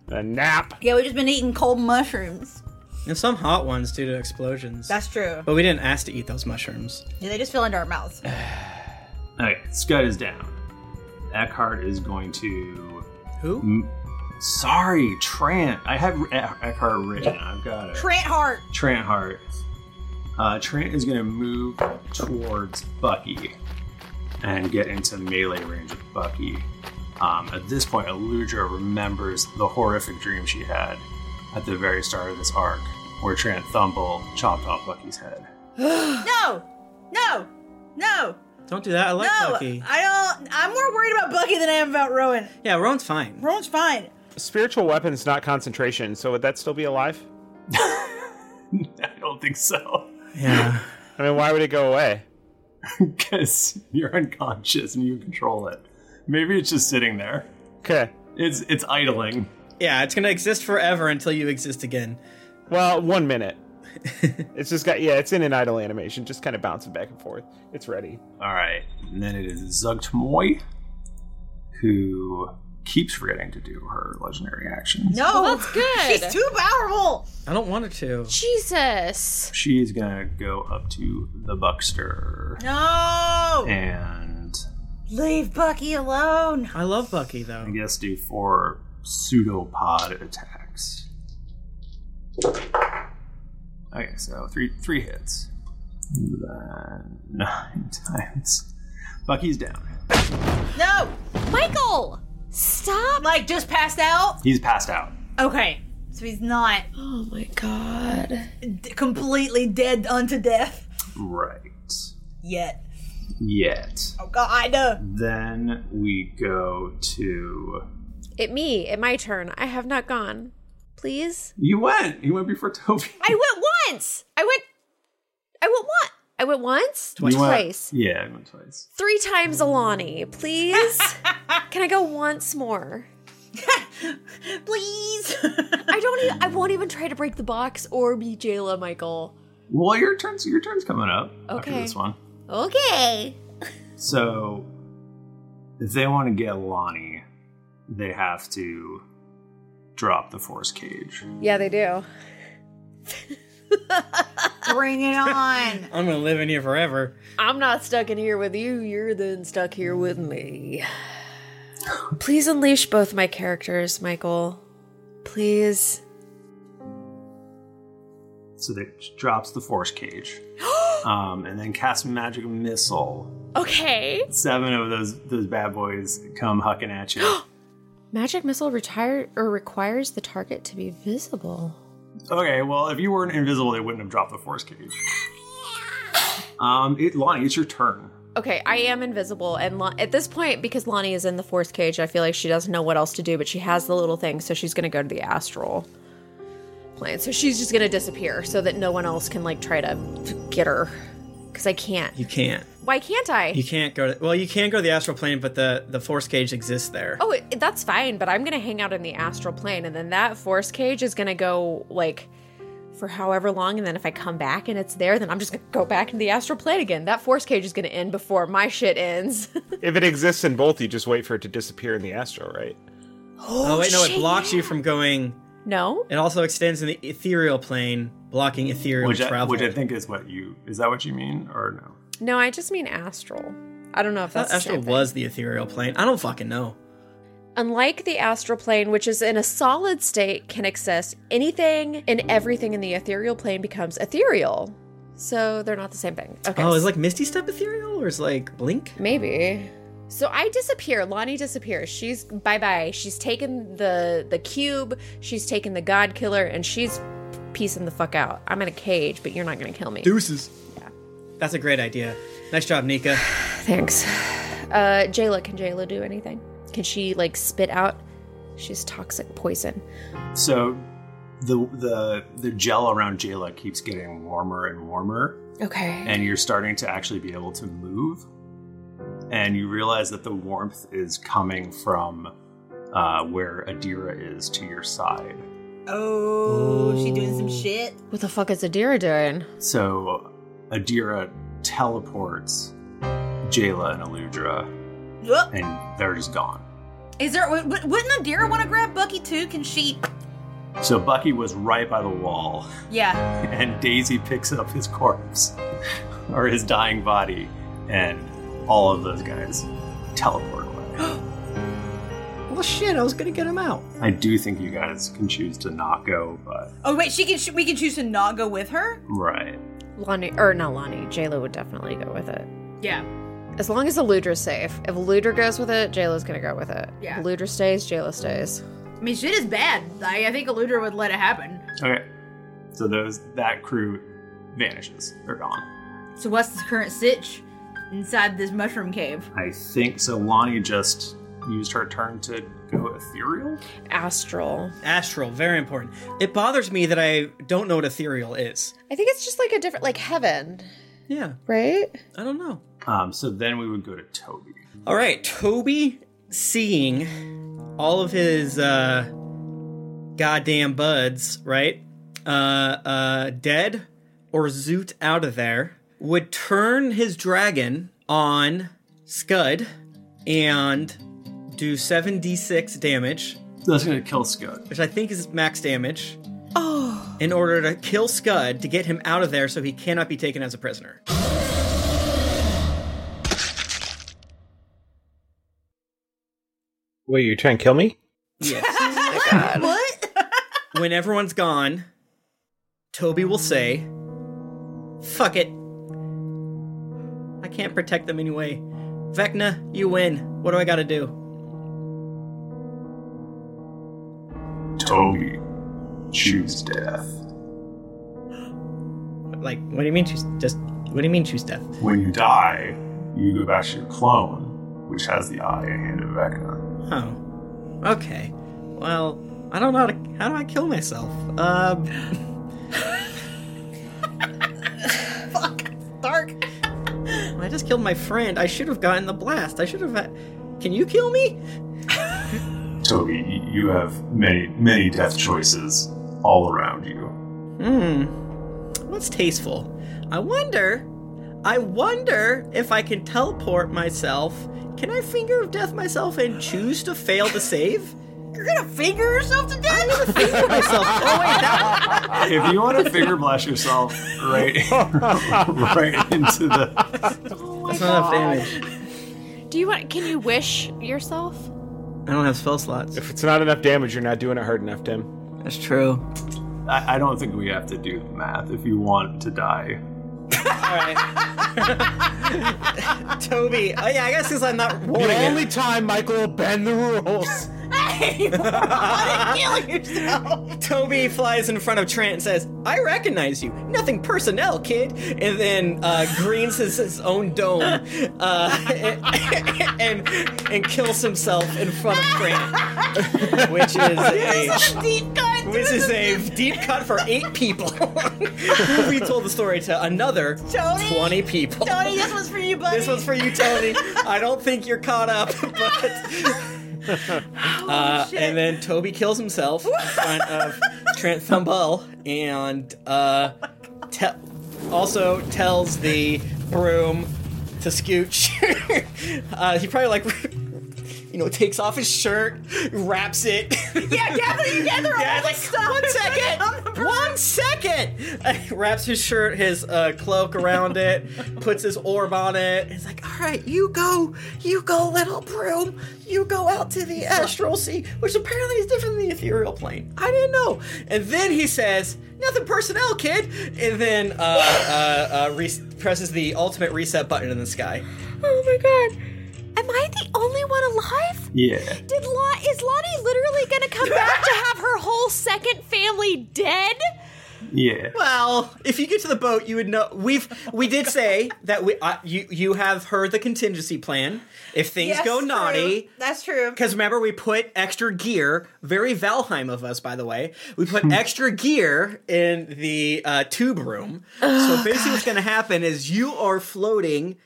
[SPEAKER 4] a nap.
[SPEAKER 3] Yeah, we've just been eating cold mushrooms.
[SPEAKER 2] And some hot ones due to explosions.
[SPEAKER 3] That's true.
[SPEAKER 2] But we didn't ask to eat those mushrooms.
[SPEAKER 3] Yeah, they just fell into our
[SPEAKER 2] <sighs>
[SPEAKER 3] mouths.
[SPEAKER 1] Okay, Scud is down. Eckhart is going to.
[SPEAKER 2] Who?
[SPEAKER 1] Sorry, Trant. I had E- Eckhart written. I've got it.
[SPEAKER 3] Trant
[SPEAKER 2] <sighs>
[SPEAKER 3] Hart.
[SPEAKER 1] Trant Hart. Uh, Trant is going to move towards Bucky and get into melee range of Bucky. Um, at this point, Aludra remembers the horrific dream she had at the very start of this arc, where Trant Thumble chopped off Bucky's head.
[SPEAKER 3] no, no, no,
[SPEAKER 2] Don't do that. I like
[SPEAKER 3] no.
[SPEAKER 2] Bucky.
[SPEAKER 3] I don't. I'm more worried about Bucky than I am about Rowan.
[SPEAKER 2] Yeah, Rowan's fine.
[SPEAKER 3] Rowan's fine.
[SPEAKER 4] Spiritual weapons not concentration, so would that still be alive?
[SPEAKER 1] <laughs> I don't think so.
[SPEAKER 2] Yeah.
[SPEAKER 4] <laughs> I mean, why would it go away?
[SPEAKER 1] Because you're unconscious and you control it. Maybe it's just sitting there.
[SPEAKER 4] Okay.
[SPEAKER 1] It's it's idling.
[SPEAKER 2] Yeah, it's gonna exist forever until you exist again.
[SPEAKER 4] Well, one
[SPEAKER 2] <laughs>
[SPEAKER 4] minute. it's just got yeah, it's in an idle animation, just kind of bouncing back and forth. It's ready.
[SPEAKER 1] All right, and then it is Zugtmoy, who keeps forgetting to do her legendary action.
[SPEAKER 3] No,
[SPEAKER 5] Well, that's good.
[SPEAKER 3] She's too powerful.
[SPEAKER 2] I don't want her to.
[SPEAKER 5] Jesus.
[SPEAKER 1] She's gonna go up to the Buckster
[SPEAKER 2] Oh.
[SPEAKER 3] No.
[SPEAKER 1] and
[SPEAKER 3] Leave Bucky alone.
[SPEAKER 2] I love Bucky though. I
[SPEAKER 1] guess do four pseudopod attacks. Okay, so three three hits. Then nine <laughs> times. Bucky's down.
[SPEAKER 3] No.
[SPEAKER 5] Michael, stop.
[SPEAKER 3] Like just passed out.
[SPEAKER 1] He's passed out.
[SPEAKER 3] Okay, so he's not.
[SPEAKER 5] Oh my god.
[SPEAKER 3] completely dead unto death
[SPEAKER 1] Right.
[SPEAKER 3] yet.
[SPEAKER 1] Yet.
[SPEAKER 3] Oh God.
[SPEAKER 1] Then we go to.
[SPEAKER 5] <gasps> It me. It my turn. I have not gone. Please.
[SPEAKER 1] You went. You went before Toby.
[SPEAKER 5] I went once. I went. I went one. I went once.
[SPEAKER 1] You went-
[SPEAKER 5] Twice.
[SPEAKER 1] Yeah, I went twice.
[SPEAKER 5] Three times, Alani. Please.
[SPEAKER 3] <laughs>
[SPEAKER 5] Can I go once more?
[SPEAKER 3] please.
[SPEAKER 5] I don't. Even, I won't even try to break the box or be Jayla, Michael.
[SPEAKER 1] Well, your turn's your turn's coming up after
[SPEAKER 5] Okay.
[SPEAKER 1] this one.
[SPEAKER 5] Okay.
[SPEAKER 1] So, if they want to get Lonnie, they have to drop the force cage.
[SPEAKER 5] Yeah, they do.
[SPEAKER 3] <laughs> Bring it on.
[SPEAKER 2] I'm gonna live in here forever.
[SPEAKER 5] I'm not stuck in here with you. You're then stuck here with me. Please unleash both my characters, Michael. Please.
[SPEAKER 1] So they she drops the
[SPEAKER 5] <gasps>
[SPEAKER 1] force cage, um, and then casts magic missile.
[SPEAKER 5] Okay.
[SPEAKER 1] Seven of those those bad boys come hucking
[SPEAKER 5] <gasps>
[SPEAKER 1] at you.
[SPEAKER 5] Magic missile retire or requires the target to be visible.
[SPEAKER 1] Okay, well, if you weren't invisible, they wouldn't have dropped the force cage. Um, it, Lonnie, it's your turn.
[SPEAKER 5] Okay, I am invisible, and Lon- at this point, because Lonnie is in the force cage, I feel like she doesn't know what else to do, but she has the little thing, so she's gonna go to the astral plane. So she's just gonna disappear, so that no one else can like try to get her, because I can't.
[SPEAKER 2] You can't.
[SPEAKER 5] Why can't I?
[SPEAKER 2] You can't go to. Well, you can go to the astral plane, but the the force cage exists there.
[SPEAKER 5] Oh, it, that's fine, but I'm gonna hang out in the astral plane, and then that force cage is gonna go like for however long, and then if I come back and it's there, then I'm just gonna go back into the astral plane again. That force cage is gonna end before my shit ends. <laughs>
[SPEAKER 4] If it exists in both, you just wait for it to disappear in the astral, right?
[SPEAKER 2] Oh, wait, no, it blocks you from going.
[SPEAKER 5] No.
[SPEAKER 2] It also extends in the ethereal plane, blocking ethereal
[SPEAKER 1] Which I,
[SPEAKER 2] travel.
[SPEAKER 1] which I think is what you is that what you mean or no?
[SPEAKER 5] No, I just mean astral. I don't know if
[SPEAKER 2] I thought
[SPEAKER 5] that's the
[SPEAKER 2] Astral
[SPEAKER 5] same thing.
[SPEAKER 2] was the ethereal plane. I don't fucking know.
[SPEAKER 5] Unlike the astral plane, which is in a solid state, can access anything and everything in the ethereal plane becomes ethereal. So they're not the same thing. Okay.
[SPEAKER 2] Oh, is like Misty Step ethereal or is like Blink?
[SPEAKER 5] Maybe. So I disappear. Lonnie disappears. She's bye bye. She's taken the the cube. She's taken the God Killer, and she's piecing the fuck out. I'm in a cage, but you're not gonna kill me.
[SPEAKER 2] Deuces. That's a great idea. Nice job, Nika.
[SPEAKER 5] <sighs> Thanks. Uh, Jayla, can Jayla do anything? Can she like spit out? She's toxic poison.
[SPEAKER 1] So the the the gel around Jayla keeps getting warmer and warmer,
[SPEAKER 5] Okay.
[SPEAKER 1] and you're starting to actually be able to move. And you realize that the warmth is coming from uh, where Adira is to your side.
[SPEAKER 3] Oh, she doing some shit.
[SPEAKER 5] What the fuck is Adira doing?
[SPEAKER 1] So Adira teleports Jayla and Aludra,
[SPEAKER 3] Ugh.
[SPEAKER 1] and they're just gone.
[SPEAKER 3] Is there? w- w- Wouldn't Adira want to grab Bucky too? Can she?
[SPEAKER 1] So Bucky was right by the wall,
[SPEAKER 2] <laughs>
[SPEAKER 3] Yeah.
[SPEAKER 1] <laughs> and Daisy picks up his corpse or his dying body, and all of those guys teleport away.
[SPEAKER 2] Well, shit, I was gonna get him out.
[SPEAKER 1] I do think you guys can choose to not go, but
[SPEAKER 3] Oh wait, she can. Sh- we can choose to not go with her.
[SPEAKER 1] right.
[SPEAKER 5] Lonnie or not Lonnie? Jayla would definitely go with it.
[SPEAKER 3] Yeah.
[SPEAKER 5] As long as Eludra's safe. If Eludra goes with it, Jayla's gonna go with it.
[SPEAKER 3] Yeah.
[SPEAKER 5] If Eludra stays, Jayla stays.
[SPEAKER 3] I mean, shit is bad. I, I think Eludra would let it happen.
[SPEAKER 1] Okay. So those that crew vanishes. They're gone.
[SPEAKER 3] So what's the current sitch inside this mushroom cave?
[SPEAKER 1] I think so Lonnie just used her turn to go ethereal?
[SPEAKER 5] Astral.
[SPEAKER 2] Astral, very important. It bothers me that I don't know what ethereal is.
[SPEAKER 5] I think it's just like a different like heaven.
[SPEAKER 2] Yeah.
[SPEAKER 5] Right?
[SPEAKER 2] I don't know.
[SPEAKER 1] Um, so then we would go to Toby.
[SPEAKER 2] All right, Toby, seeing all of his uh, goddamn buds, right, uh, uh, dead or zoot out of there, would turn his dragon on Scud and do 7d6 damage.
[SPEAKER 1] That's gonna kill Scud.
[SPEAKER 2] Which I think is max damage.
[SPEAKER 3] Oh.
[SPEAKER 2] In order to kill Scud to get him out of there so he cannot be taken as a prisoner.
[SPEAKER 4] Wait, you're trying to kill me? <laughs>
[SPEAKER 2] Yes. <laughs> what? <laughs> when everyone's gone, Toby will say, Fuck it. I can't protect them anyway. Vecna, you win. What do I gotta do?
[SPEAKER 1] Toby, choose death.
[SPEAKER 2] Like, what do you mean choose just what do you mean choose death?
[SPEAKER 1] When you die, you go back to your clone, which has the eye and hand of Vecna.
[SPEAKER 2] Oh. Okay. Well, I don't know how to how do I kill myself?
[SPEAKER 3] <laughs>
[SPEAKER 2] Um
[SPEAKER 3] Dark.
[SPEAKER 2] I just killed my friend. I should have gotten the blast. I should have had- Can you kill me?
[SPEAKER 1] Toby, y- you have many, many death choices all around you.
[SPEAKER 2] Hmm. What's tasteful? I wonder. I wonder if I can teleport myself. Can I finger of death myself and choose to fail to save?
[SPEAKER 3] You're gonna finger yourself to death?
[SPEAKER 2] I'm
[SPEAKER 3] <laughs>
[SPEAKER 2] gonna finger myself. Oh wait, that
[SPEAKER 1] if you want to finger blast yourself right, <laughs> right into the
[SPEAKER 2] <laughs> that's not enough damage.
[SPEAKER 5] Do you want can you wish yourself?
[SPEAKER 2] I don't have spell slots.
[SPEAKER 4] If it's not enough damage, you're not doing it hard enough, Tim.
[SPEAKER 2] That's true.
[SPEAKER 1] I, I don't think we have to do the math if you want to die.
[SPEAKER 2] <laughs> Toby. Oh yeah, I guess since I'm not warning.
[SPEAKER 4] The
[SPEAKER 2] it.
[SPEAKER 4] only time Michael will bend the
[SPEAKER 2] <laughs>
[SPEAKER 4] rules.
[SPEAKER 2] kill yourself. Toby flies in front of Trent and says, I recognize you. Nothing personnel, kid. And then uh, greens his, his own dome uh, <laughs> and, and, kills himself in front of
[SPEAKER 3] <laughs>
[SPEAKER 4] <laughs>
[SPEAKER 2] Trent, which is
[SPEAKER 3] This is
[SPEAKER 2] a.
[SPEAKER 3] a deep cut.
[SPEAKER 2] <laughs> Which is a deep cut for eight people. <laughs> Who retold the story to another
[SPEAKER 3] Tony?
[SPEAKER 2] 20 people.
[SPEAKER 3] <laughs> Tony, this one's for you, buddy.
[SPEAKER 2] This one's for you,
[SPEAKER 3] <laughs>
[SPEAKER 2] Tony. I don't think you're caught up, but. uh, and then Toby kills himself in front of Trent Thumball and uh, te- also tells the broom to scooch. <laughs> uh, he probably like <laughs> you know takes off his shirt, wraps <laughs> it.
[SPEAKER 3] Yeah, gather together all
[SPEAKER 2] Yeah,
[SPEAKER 3] the
[SPEAKER 2] like,
[SPEAKER 3] stuff.
[SPEAKER 2] one second. One second. <laughs> wraps his shirt, his uh, cloak around it, puts his orb on it. It's like, all right, you go, you go, little broom, you go out to the astral sea, which apparently is different than the ethereal plane. I didn't know. And then he says, nothing personnel, kid. And then uh, uh, uh, re- presses the ultimate reset button in the sky.
[SPEAKER 5] Oh my god. Am I the only one alive?
[SPEAKER 1] Yeah.
[SPEAKER 5] Did Lot is Lottie literally gonna come back to have her whole second family dead?
[SPEAKER 1] Yeah.
[SPEAKER 2] Well, if you get to the boat, you would know. We've
[SPEAKER 3] <laughs>
[SPEAKER 2] we did say that we uh, you you have heard the contingency plan. If things
[SPEAKER 3] Yes,
[SPEAKER 2] go
[SPEAKER 3] true.
[SPEAKER 2] naughty,
[SPEAKER 3] That's true.
[SPEAKER 2] because remember we put extra gear. Very Valheim of us, by the way. We
[SPEAKER 3] Hmm.
[SPEAKER 2] put extra gear in the uh, tube
[SPEAKER 3] <sighs>
[SPEAKER 2] room.
[SPEAKER 3] Oh,
[SPEAKER 2] so basically, what's going to happen is you are floating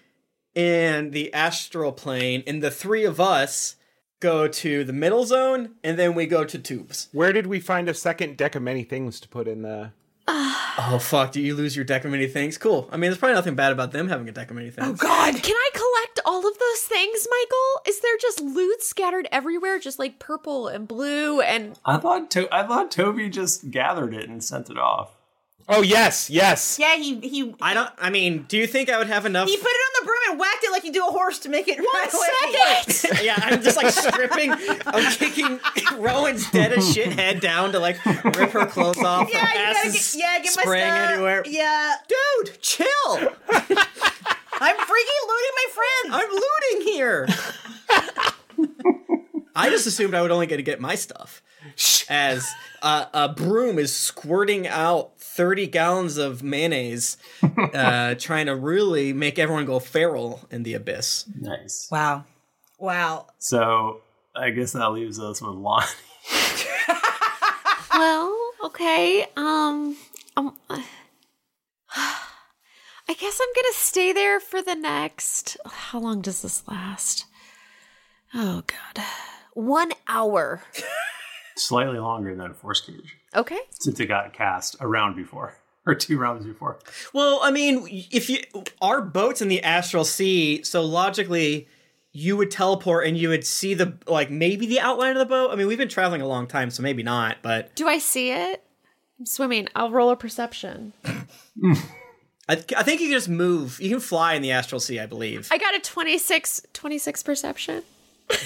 [SPEAKER 2] in the astral plane, and the three of us go to the middle zone, and then we go to tubes.
[SPEAKER 4] Where did we find a second deck of many things to put in the?
[SPEAKER 2] Oh fuck! Do you lose your deck of many things? Cool. I mean, there's probably nothing bad about them having a deck of many
[SPEAKER 3] Oh,
[SPEAKER 2] things.
[SPEAKER 5] Oh God! Can I collect all of those things, Michael? Is there just loot scattered everywhere, just like purple and blue and
[SPEAKER 1] I thought to- I thought Toby just gathered it and sent it off.
[SPEAKER 4] Oh yes, yes.
[SPEAKER 3] Yeah, he he.
[SPEAKER 2] I don't. I mean, do you think I would have enough?
[SPEAKER 3] He put it on the broom and whacked it like you do a horse to make it. <laughs> One
[SPEAKER 2] <laughs> yeah, I'm just like stripping. I'm kicking <laughs> Rowan's dead as shit head down to like rip her clothes off.
[SPEAKER 3] <laughs> Yeah,
[SPEAKER 2] her
[SPEAKER 3] you
[SPEAKER 2] ass
[SPEAKER 3] gotta
[SPEAKER 2] is
[SPEAKER 3] get, yeah, get my
[SPEAKER 2] spraying
[SPEAKER 3] stuff.
[SPEAKER 2] everywhere.
[SPEAKER 3] Yeah,
[SPEAKER 2] dude, chill. I'm freaking
[SPEAKER 3] <laughs> looting my friends.
[SPEAKER 2] I'm looting here. I just assumed I would only get to get my stuff. As uh, a broom is squirting out 30 gallons
[SPEAKER 3] <laughs>
[SPEAKER 2] of mayonnaise, uh, trying to really make everyone go feral in the abyss.
[SPEAKER 1] Nice.
[SPEAKER 3] Wow. Wow.
[SPEAKER 1] So I guess that leaves us with Lonnie.
[SPEAKER 5] well, okay. Um, um, <sighs> I guess I'm gonna stay there for the next. How long does this last? Oh God, one hour.
[SPEAKER 1] <laughs>
[SPEAKER 5] <laughs>
[SPEAKER 1] Slightly longer than Force Cage,
[SPEAKER 5] Okay.
[SPEAKER 1] since it got cast a round before or two rounds before.
[SPEAKER 2] Well, I mean, if you our boat's in the astral sea, so logically you would teleport and you would see the like maybe the outline of the boat. I mean, we've been traveling a long time, so maybe not, but
[SPEAKER 5] Do I see it? I'm swimming. I'll roll a perception.
[SPEAKER 2] I, I think you can just move. You can fly in the astral sea, I believe.
[SPEAKER 5] I got a 26, 26 perception.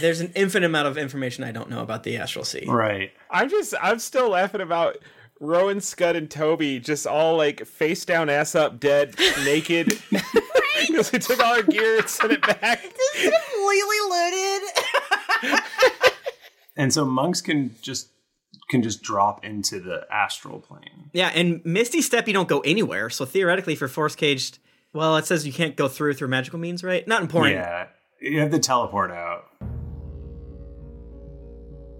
[SPEAKER 2] There's an infinite amount of information I don't know about the astral sea.
[SPEAKER 1] Right.
[SPEAKER 4] I'm just I'm still laughing about Rowan, Scud, and Toby just all like face down, ass up, dead, naked. Because we took all our gear and sent it back.
[SPEAKER 3] Completely looted.
[SPEAKER 1] And so monks can just can just drop into the astral plane.
[SPEAKER 2] Yeah, and Misty Step, you don't go anywhere. So theoretically, for Force Caged, well, it says you can't go through through magical means, right? Not important.
[SPEAKER 1] Yeah. You have to teleport out.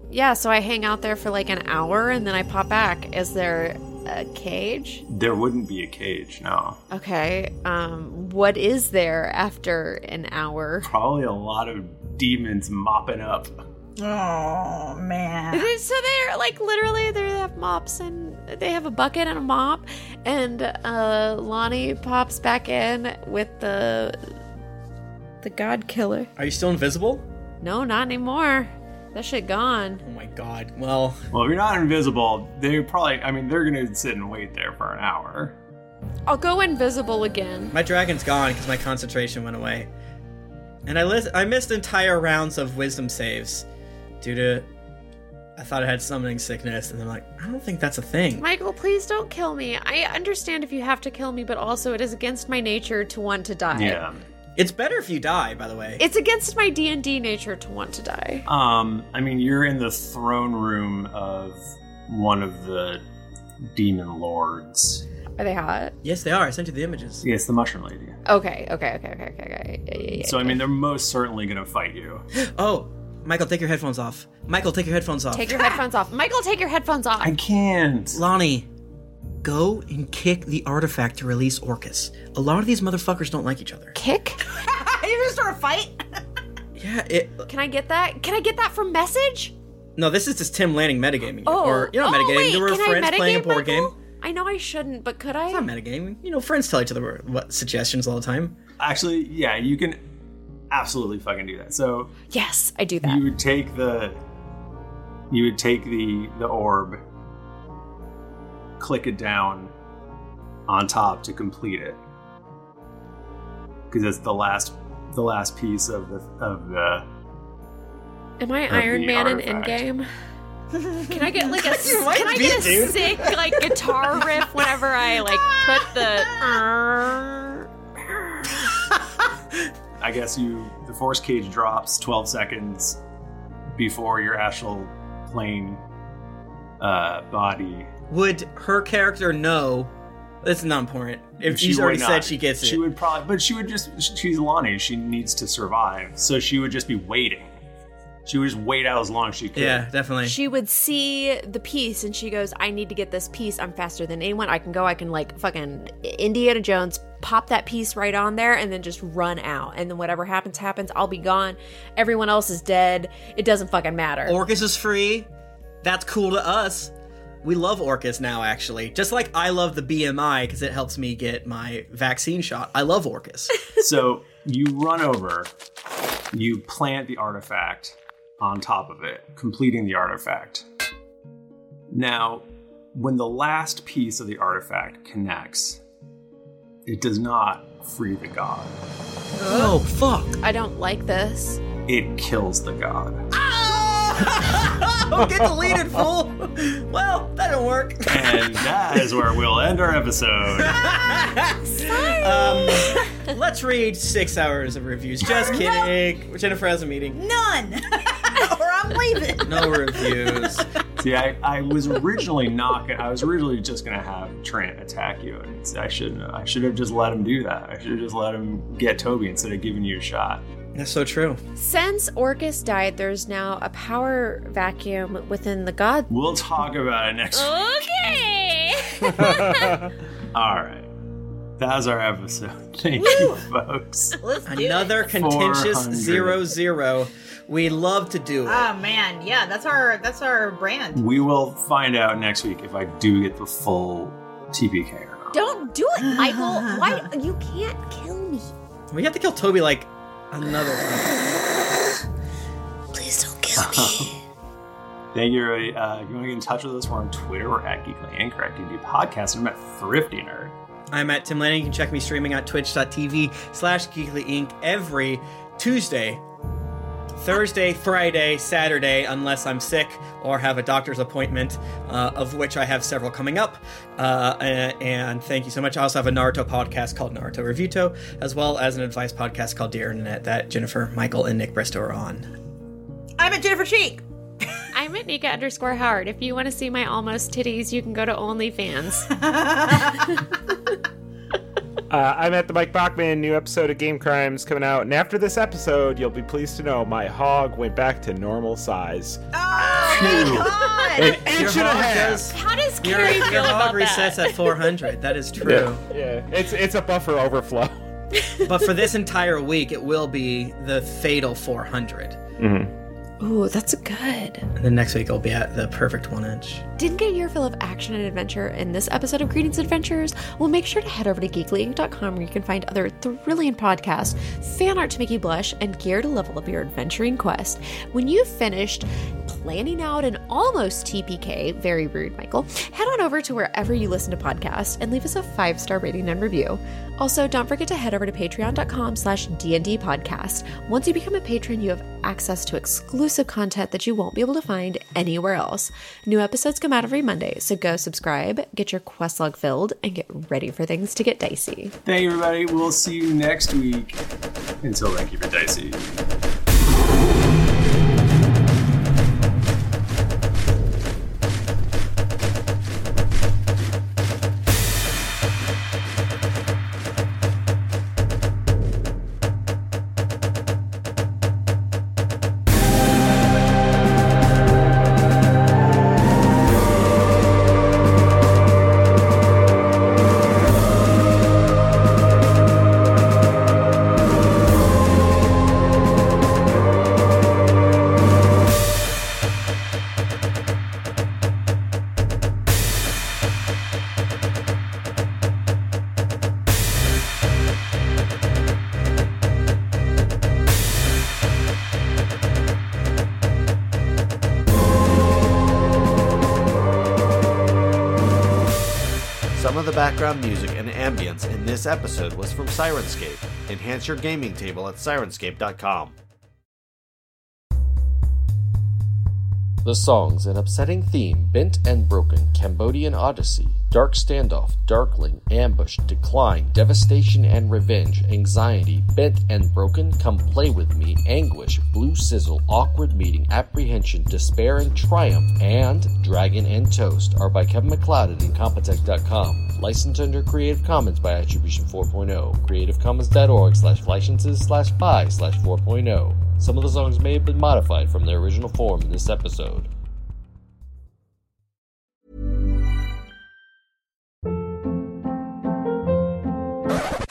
[SPEAKER 5] Yeah, so I hang out there for like an hour and then I pop back. Is there a cage?
[SPEAKER 1] There wouldn't be a cage, no.
[SPEAKER 5] Okay. Um, what is there after an hour?
[SPEAKER 1] Probably a lot of demons mopping up.
[SPEAKER 3] Oh man.
[SPEAKER 5] They- So they're like literally they have mops and they have a bucket and a mop, and uh, Lonnie pops back in with the the God Killer.
[SPEAKER 2] Are you still invisible?
[SPEAKER 5] No, not anymore. That shit gone.
[SPEAKER 2] Oh my god. Well,
[SPEAKER 1] Well, if you're not invisible, they probably I mean they're gonna sit and wait there for an hour.
[SPEAKER 5] I'll go invisible again.
[SPEAKER 2] My dragon's gone because my concentration went away, and I lis- I missed entire rounds of wisdom saves due to I thought I had summoning sickness, and I'm like, I don't think that's a thing.
[SPEAKER 5] Michael, please don't kill me. I understand if you have to kill me, but also it is against my nature to want to die.
[SPEAKER 2] it's better if you die. By the way,
[SPEAKER 5] It's against my D&D nature to want to die.
[SPEAKER 1] Um, I mean you're in the throne room of one of the demon lords.
[SPEAKER 5] Are they hot?
[SPEAKER 2] yes, they are. I sent you the images.
[SPEAKER 1] Yes, the mushroom lady.
[SPEAKER 5] Okay, okay, okay, okay, okay, okay. Yeah, yeah, yeah.
[SPEAKER 1] So I mean they're most certainly gonna fight you.
[SPEAKER 2] <gasps> Oh, Michael, take your headphones off. Michael, take your headphones off.
[SPEAKER 5] Take your headphones off. Michael, take your headphones off.
[SPEAKER 1] I can't.
[SPEAKER 2] Lonnie, go and kick the artifact to release Orcus. A lot of these motherfuckers don't like each other.
[SPEAKER 5] Kick?
[SPEAKER 3] <laughs> you just start a fight?
[SPEAKER 2] Yeah, it.
[SPEAKER 5] Can I get that? Can I get that from message?
[SPEAKER 2] No, this is just Tim Lanning metagaming.
[SPEAKER 5] Oh.
[SPEAKER 2] or you're not
[SPEAKER 5] Oh,
[SPEAKER 2] metagaming.
[SPEAKER 5] wait,
[SPEAKER 2] you were
[SPEAKER 5] can I
[SPEAKER 2] friends playing a
[SPEAKER 5] metagaming,
[SPEAKER 2] board game.
[SPEAKER 5] I know I shouldn't, but could I?
[SPEAKER 2] It's not metagaming. You know, friends tell each other what suggestions all the time.
[SPEAKER 1] Actually, yeah, you can absolutely fucking do that. So
[SPEAKER 5] Yes, I do
[SPEAKER 1] you would take the you would take the the orb, click it down on top to complete it because that's the last the last piece of the of the
[SPEAKER 5] Am I
[SPEAKER 1] of
[SPEAKER 5] Iron
[SPEAKER 1] the
[SPEAKER 5] Man in Endgame?
[SPEAKER 1] artifact.
[SPEAKER 5] Can I get like a
[SPEAKER 8] You might
[SPEAKER 5] can I
[SPEAKER 8] be,
[SPEAKER 5] get a
[SPEAKER 8] dude.
[SPEAKER 5] sick like guitar riff whenever I like put the
[SPEAKER 1] I guess you the force cage drops 12 seconds before your astral plane uh, body.
[SPEAKER 2] Would her character know? It's not important. If
[SPEAKER 1] She
[SPEAKER 2] she's already
[SPEAKER 1] would
[SPEAKER 2] said
[SPEAKER 1] not.
[SPEAKER 2] she gets it,
[SPEAKER 1] She would probably, but she would just. sh- She's Lonnie. She needs to survive, so she would just be waiting. She would just wait out as long as she could.
[SPEAKER 2] Yeah, definitely.
[SPEAKER 5] she would see the piece and she goes, "I need to get this piece. I'm faster than anyone. I can go. I can like fucking Indiana Jones pop that piece right on there and then just run out. And then whatever happens happens. I'll be gone. Everyone else is dead. It doesn't fucking matter."
[SPEAKER 2] Orcus is free. That's cool to us. We love Orcus now, actually. Just like I love the BMI because it helps me get my vaccine shot. I love
[SPEAKER 1] <laughs>
[SPEAKER 2] Orcus.
[SPEAKER 1] so you run over, you plant the artifact on top of it, completing the artifact. Now, when the last piece of the artifact connects, it does not free the god.
[SPEAKER 2] Oh fuck!
[SPEAKER 5] I don't like
[SPEAKER 2] <laughs>
[SPEAKER 5] this.
[SPEAKER 1] It kills the god.
[SPEAKER 2] oh, get
[SPEAKER 5] <laughs>
[SPEAKER 2] deleted, fool. Well, that didn't work.
[SPEAKER 1] And that is where we'll end our episode.
[SPEAKER 2] um,
[SPEAKER 1] <laughs>
[SPEAKER 2] let's read six hours of reviews. Just kidding. Jennifer has a meeting.
[SPEAKER 3] None. <laughs> or I'm leaving.
[SPEAKER 2] No reviews.
[SPEAKER 1] <laughs> See, I, I was originally not gonna, I was originally just gonna have Trent attack you, and it's, I shouldn't. I should have just let him do that. I should have just let him get Toby instead of giving you a shot.
[SPEAKER 2] That's so true.
[SPEAKER 5] Since Orcus died, there's now a power vacuum within the god.
[SPEAKER 1] We'll talk about it next.
[SPEAKER 5] Okay.
[SPEAKER 1] <laughs> All right, that was our episode. <laughs> Thank you, folks.
[SPEAKER 2] Another contentious
[SPEAKER 1] 400.
[SPEAKER 2] zero zero. We love to do it.
[SPEAKER 3] Oh man, yeah, that's our that's our brand.
[SPEAKER 1] We will find out next week if I do get the full TPK or not.
[SPEAKER 5] Don't do it, Michael. Why you can't
[SPEAKER 3] <laughs>
[SPEAKER 5] kill me?
[SPEAKER 2] We have to kill Toby like another one.
[SPEAKER 1] Please don't kill me. <laughs> Thank you, everybody. Uh, if you want to get in touch with us, we're on Twitter. We're at Geekly Incorrect. You can do podcasts. and I'm at Thrifty Nerd.
[SPEAKER 2] I'm at Tim Lanning. You can check me streaming at twitch.tv slash geekly inc every Tuesday, Thursday, Friday, Saturday, unless I'm sick or have a doctor's appointment, uh, of which I have several coming up. Uh, and, and thank you so much. I also have a Naruto podcast called Naruto Revuto, as well as an advice podcast called Dear Internet that Jennifer, Michael, and Nick Bristow are on.
[SPEAKER 3] I'm at Jennifer Cheek.
[SPEAKER 5] I'm at Nika underscore Howard. If you want to see my almost titties, you can go to OnlyFans.
[SPEAKER 4] Uh, I'm at the Mike Bachman. New episode of Game Crimes coming out, and after this episode, you'll be pleased to know my hog went back to normal size. An inch and a half.
[SPEAKER 5] How does
[SPEAKER 2] Your,
[SPEAKER 5] Carrie feel
[SPEAKER 2] your hog
[SPEAKER 5] about
[SPEAKER 2] resets
[SPEAKER 5] that?
[SPEAKER 2] at 400. That is true.
[SPEAKER 4] Yeah. yeah, <laughs> it's it's a buffer overflow.
[SPEAKER 2] but for this entire week, it will be the fatal 400.
[SPEAKER 5] Ooh, that's good.
[SPEAKER 2] And then next week, I'll be at the perfect one inch.
[SPEAKER 5] Didn't get your fill of action and adventure in this episode of Greetings Adventures? Well, make sure to head over to geeklyinc.com where you can find other thrilling podcasts, fan art to make you blush, and gear to level up your adventuring quest. When you've finished planning out an almost TPK, very rude, Michael, head on over to wherever you listen to podcasts and leave us a five-star rating and review. Also, don't forget to head over to patreon.com slash DND podcast. Once you become a patron, you have access to exclusive content that you won't be able to find anywhere else. New episodes come out every Monday, so go subscribe, get your quest log filled, and get ready for things to get dicey.
[SPEAKER 1] Thank you, everybody. We'll see you next week. Until then, keep it dicey.
[SPEAKER 12] the background music and ambience in this episode was from Sirenscape. Enhance your gaming table at sirenscape.com.
[SPEAKER 13] The songs An Upsetting Theme, Bent and Broken, Cambodian Odyssey, Dark Standoff, Darkling, Ambush, Decline, Devastation and Revenge, Anxiety, Bent and Broken, Come Play With Me, Anguish, Blue Sizzle, Awkward Meeting, Apprehension, Despair and Triumph, and Dragon and Toast are by Kevin McLeod at Incompetech.com. Licensed under Creative Commons by Attribution oh. 4.0, creativecommons.org slash licenses slash by slash oh. 4.0. Some of the songs may have been modified from their original form in this episode.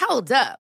[SPEAKER 7] Hold up.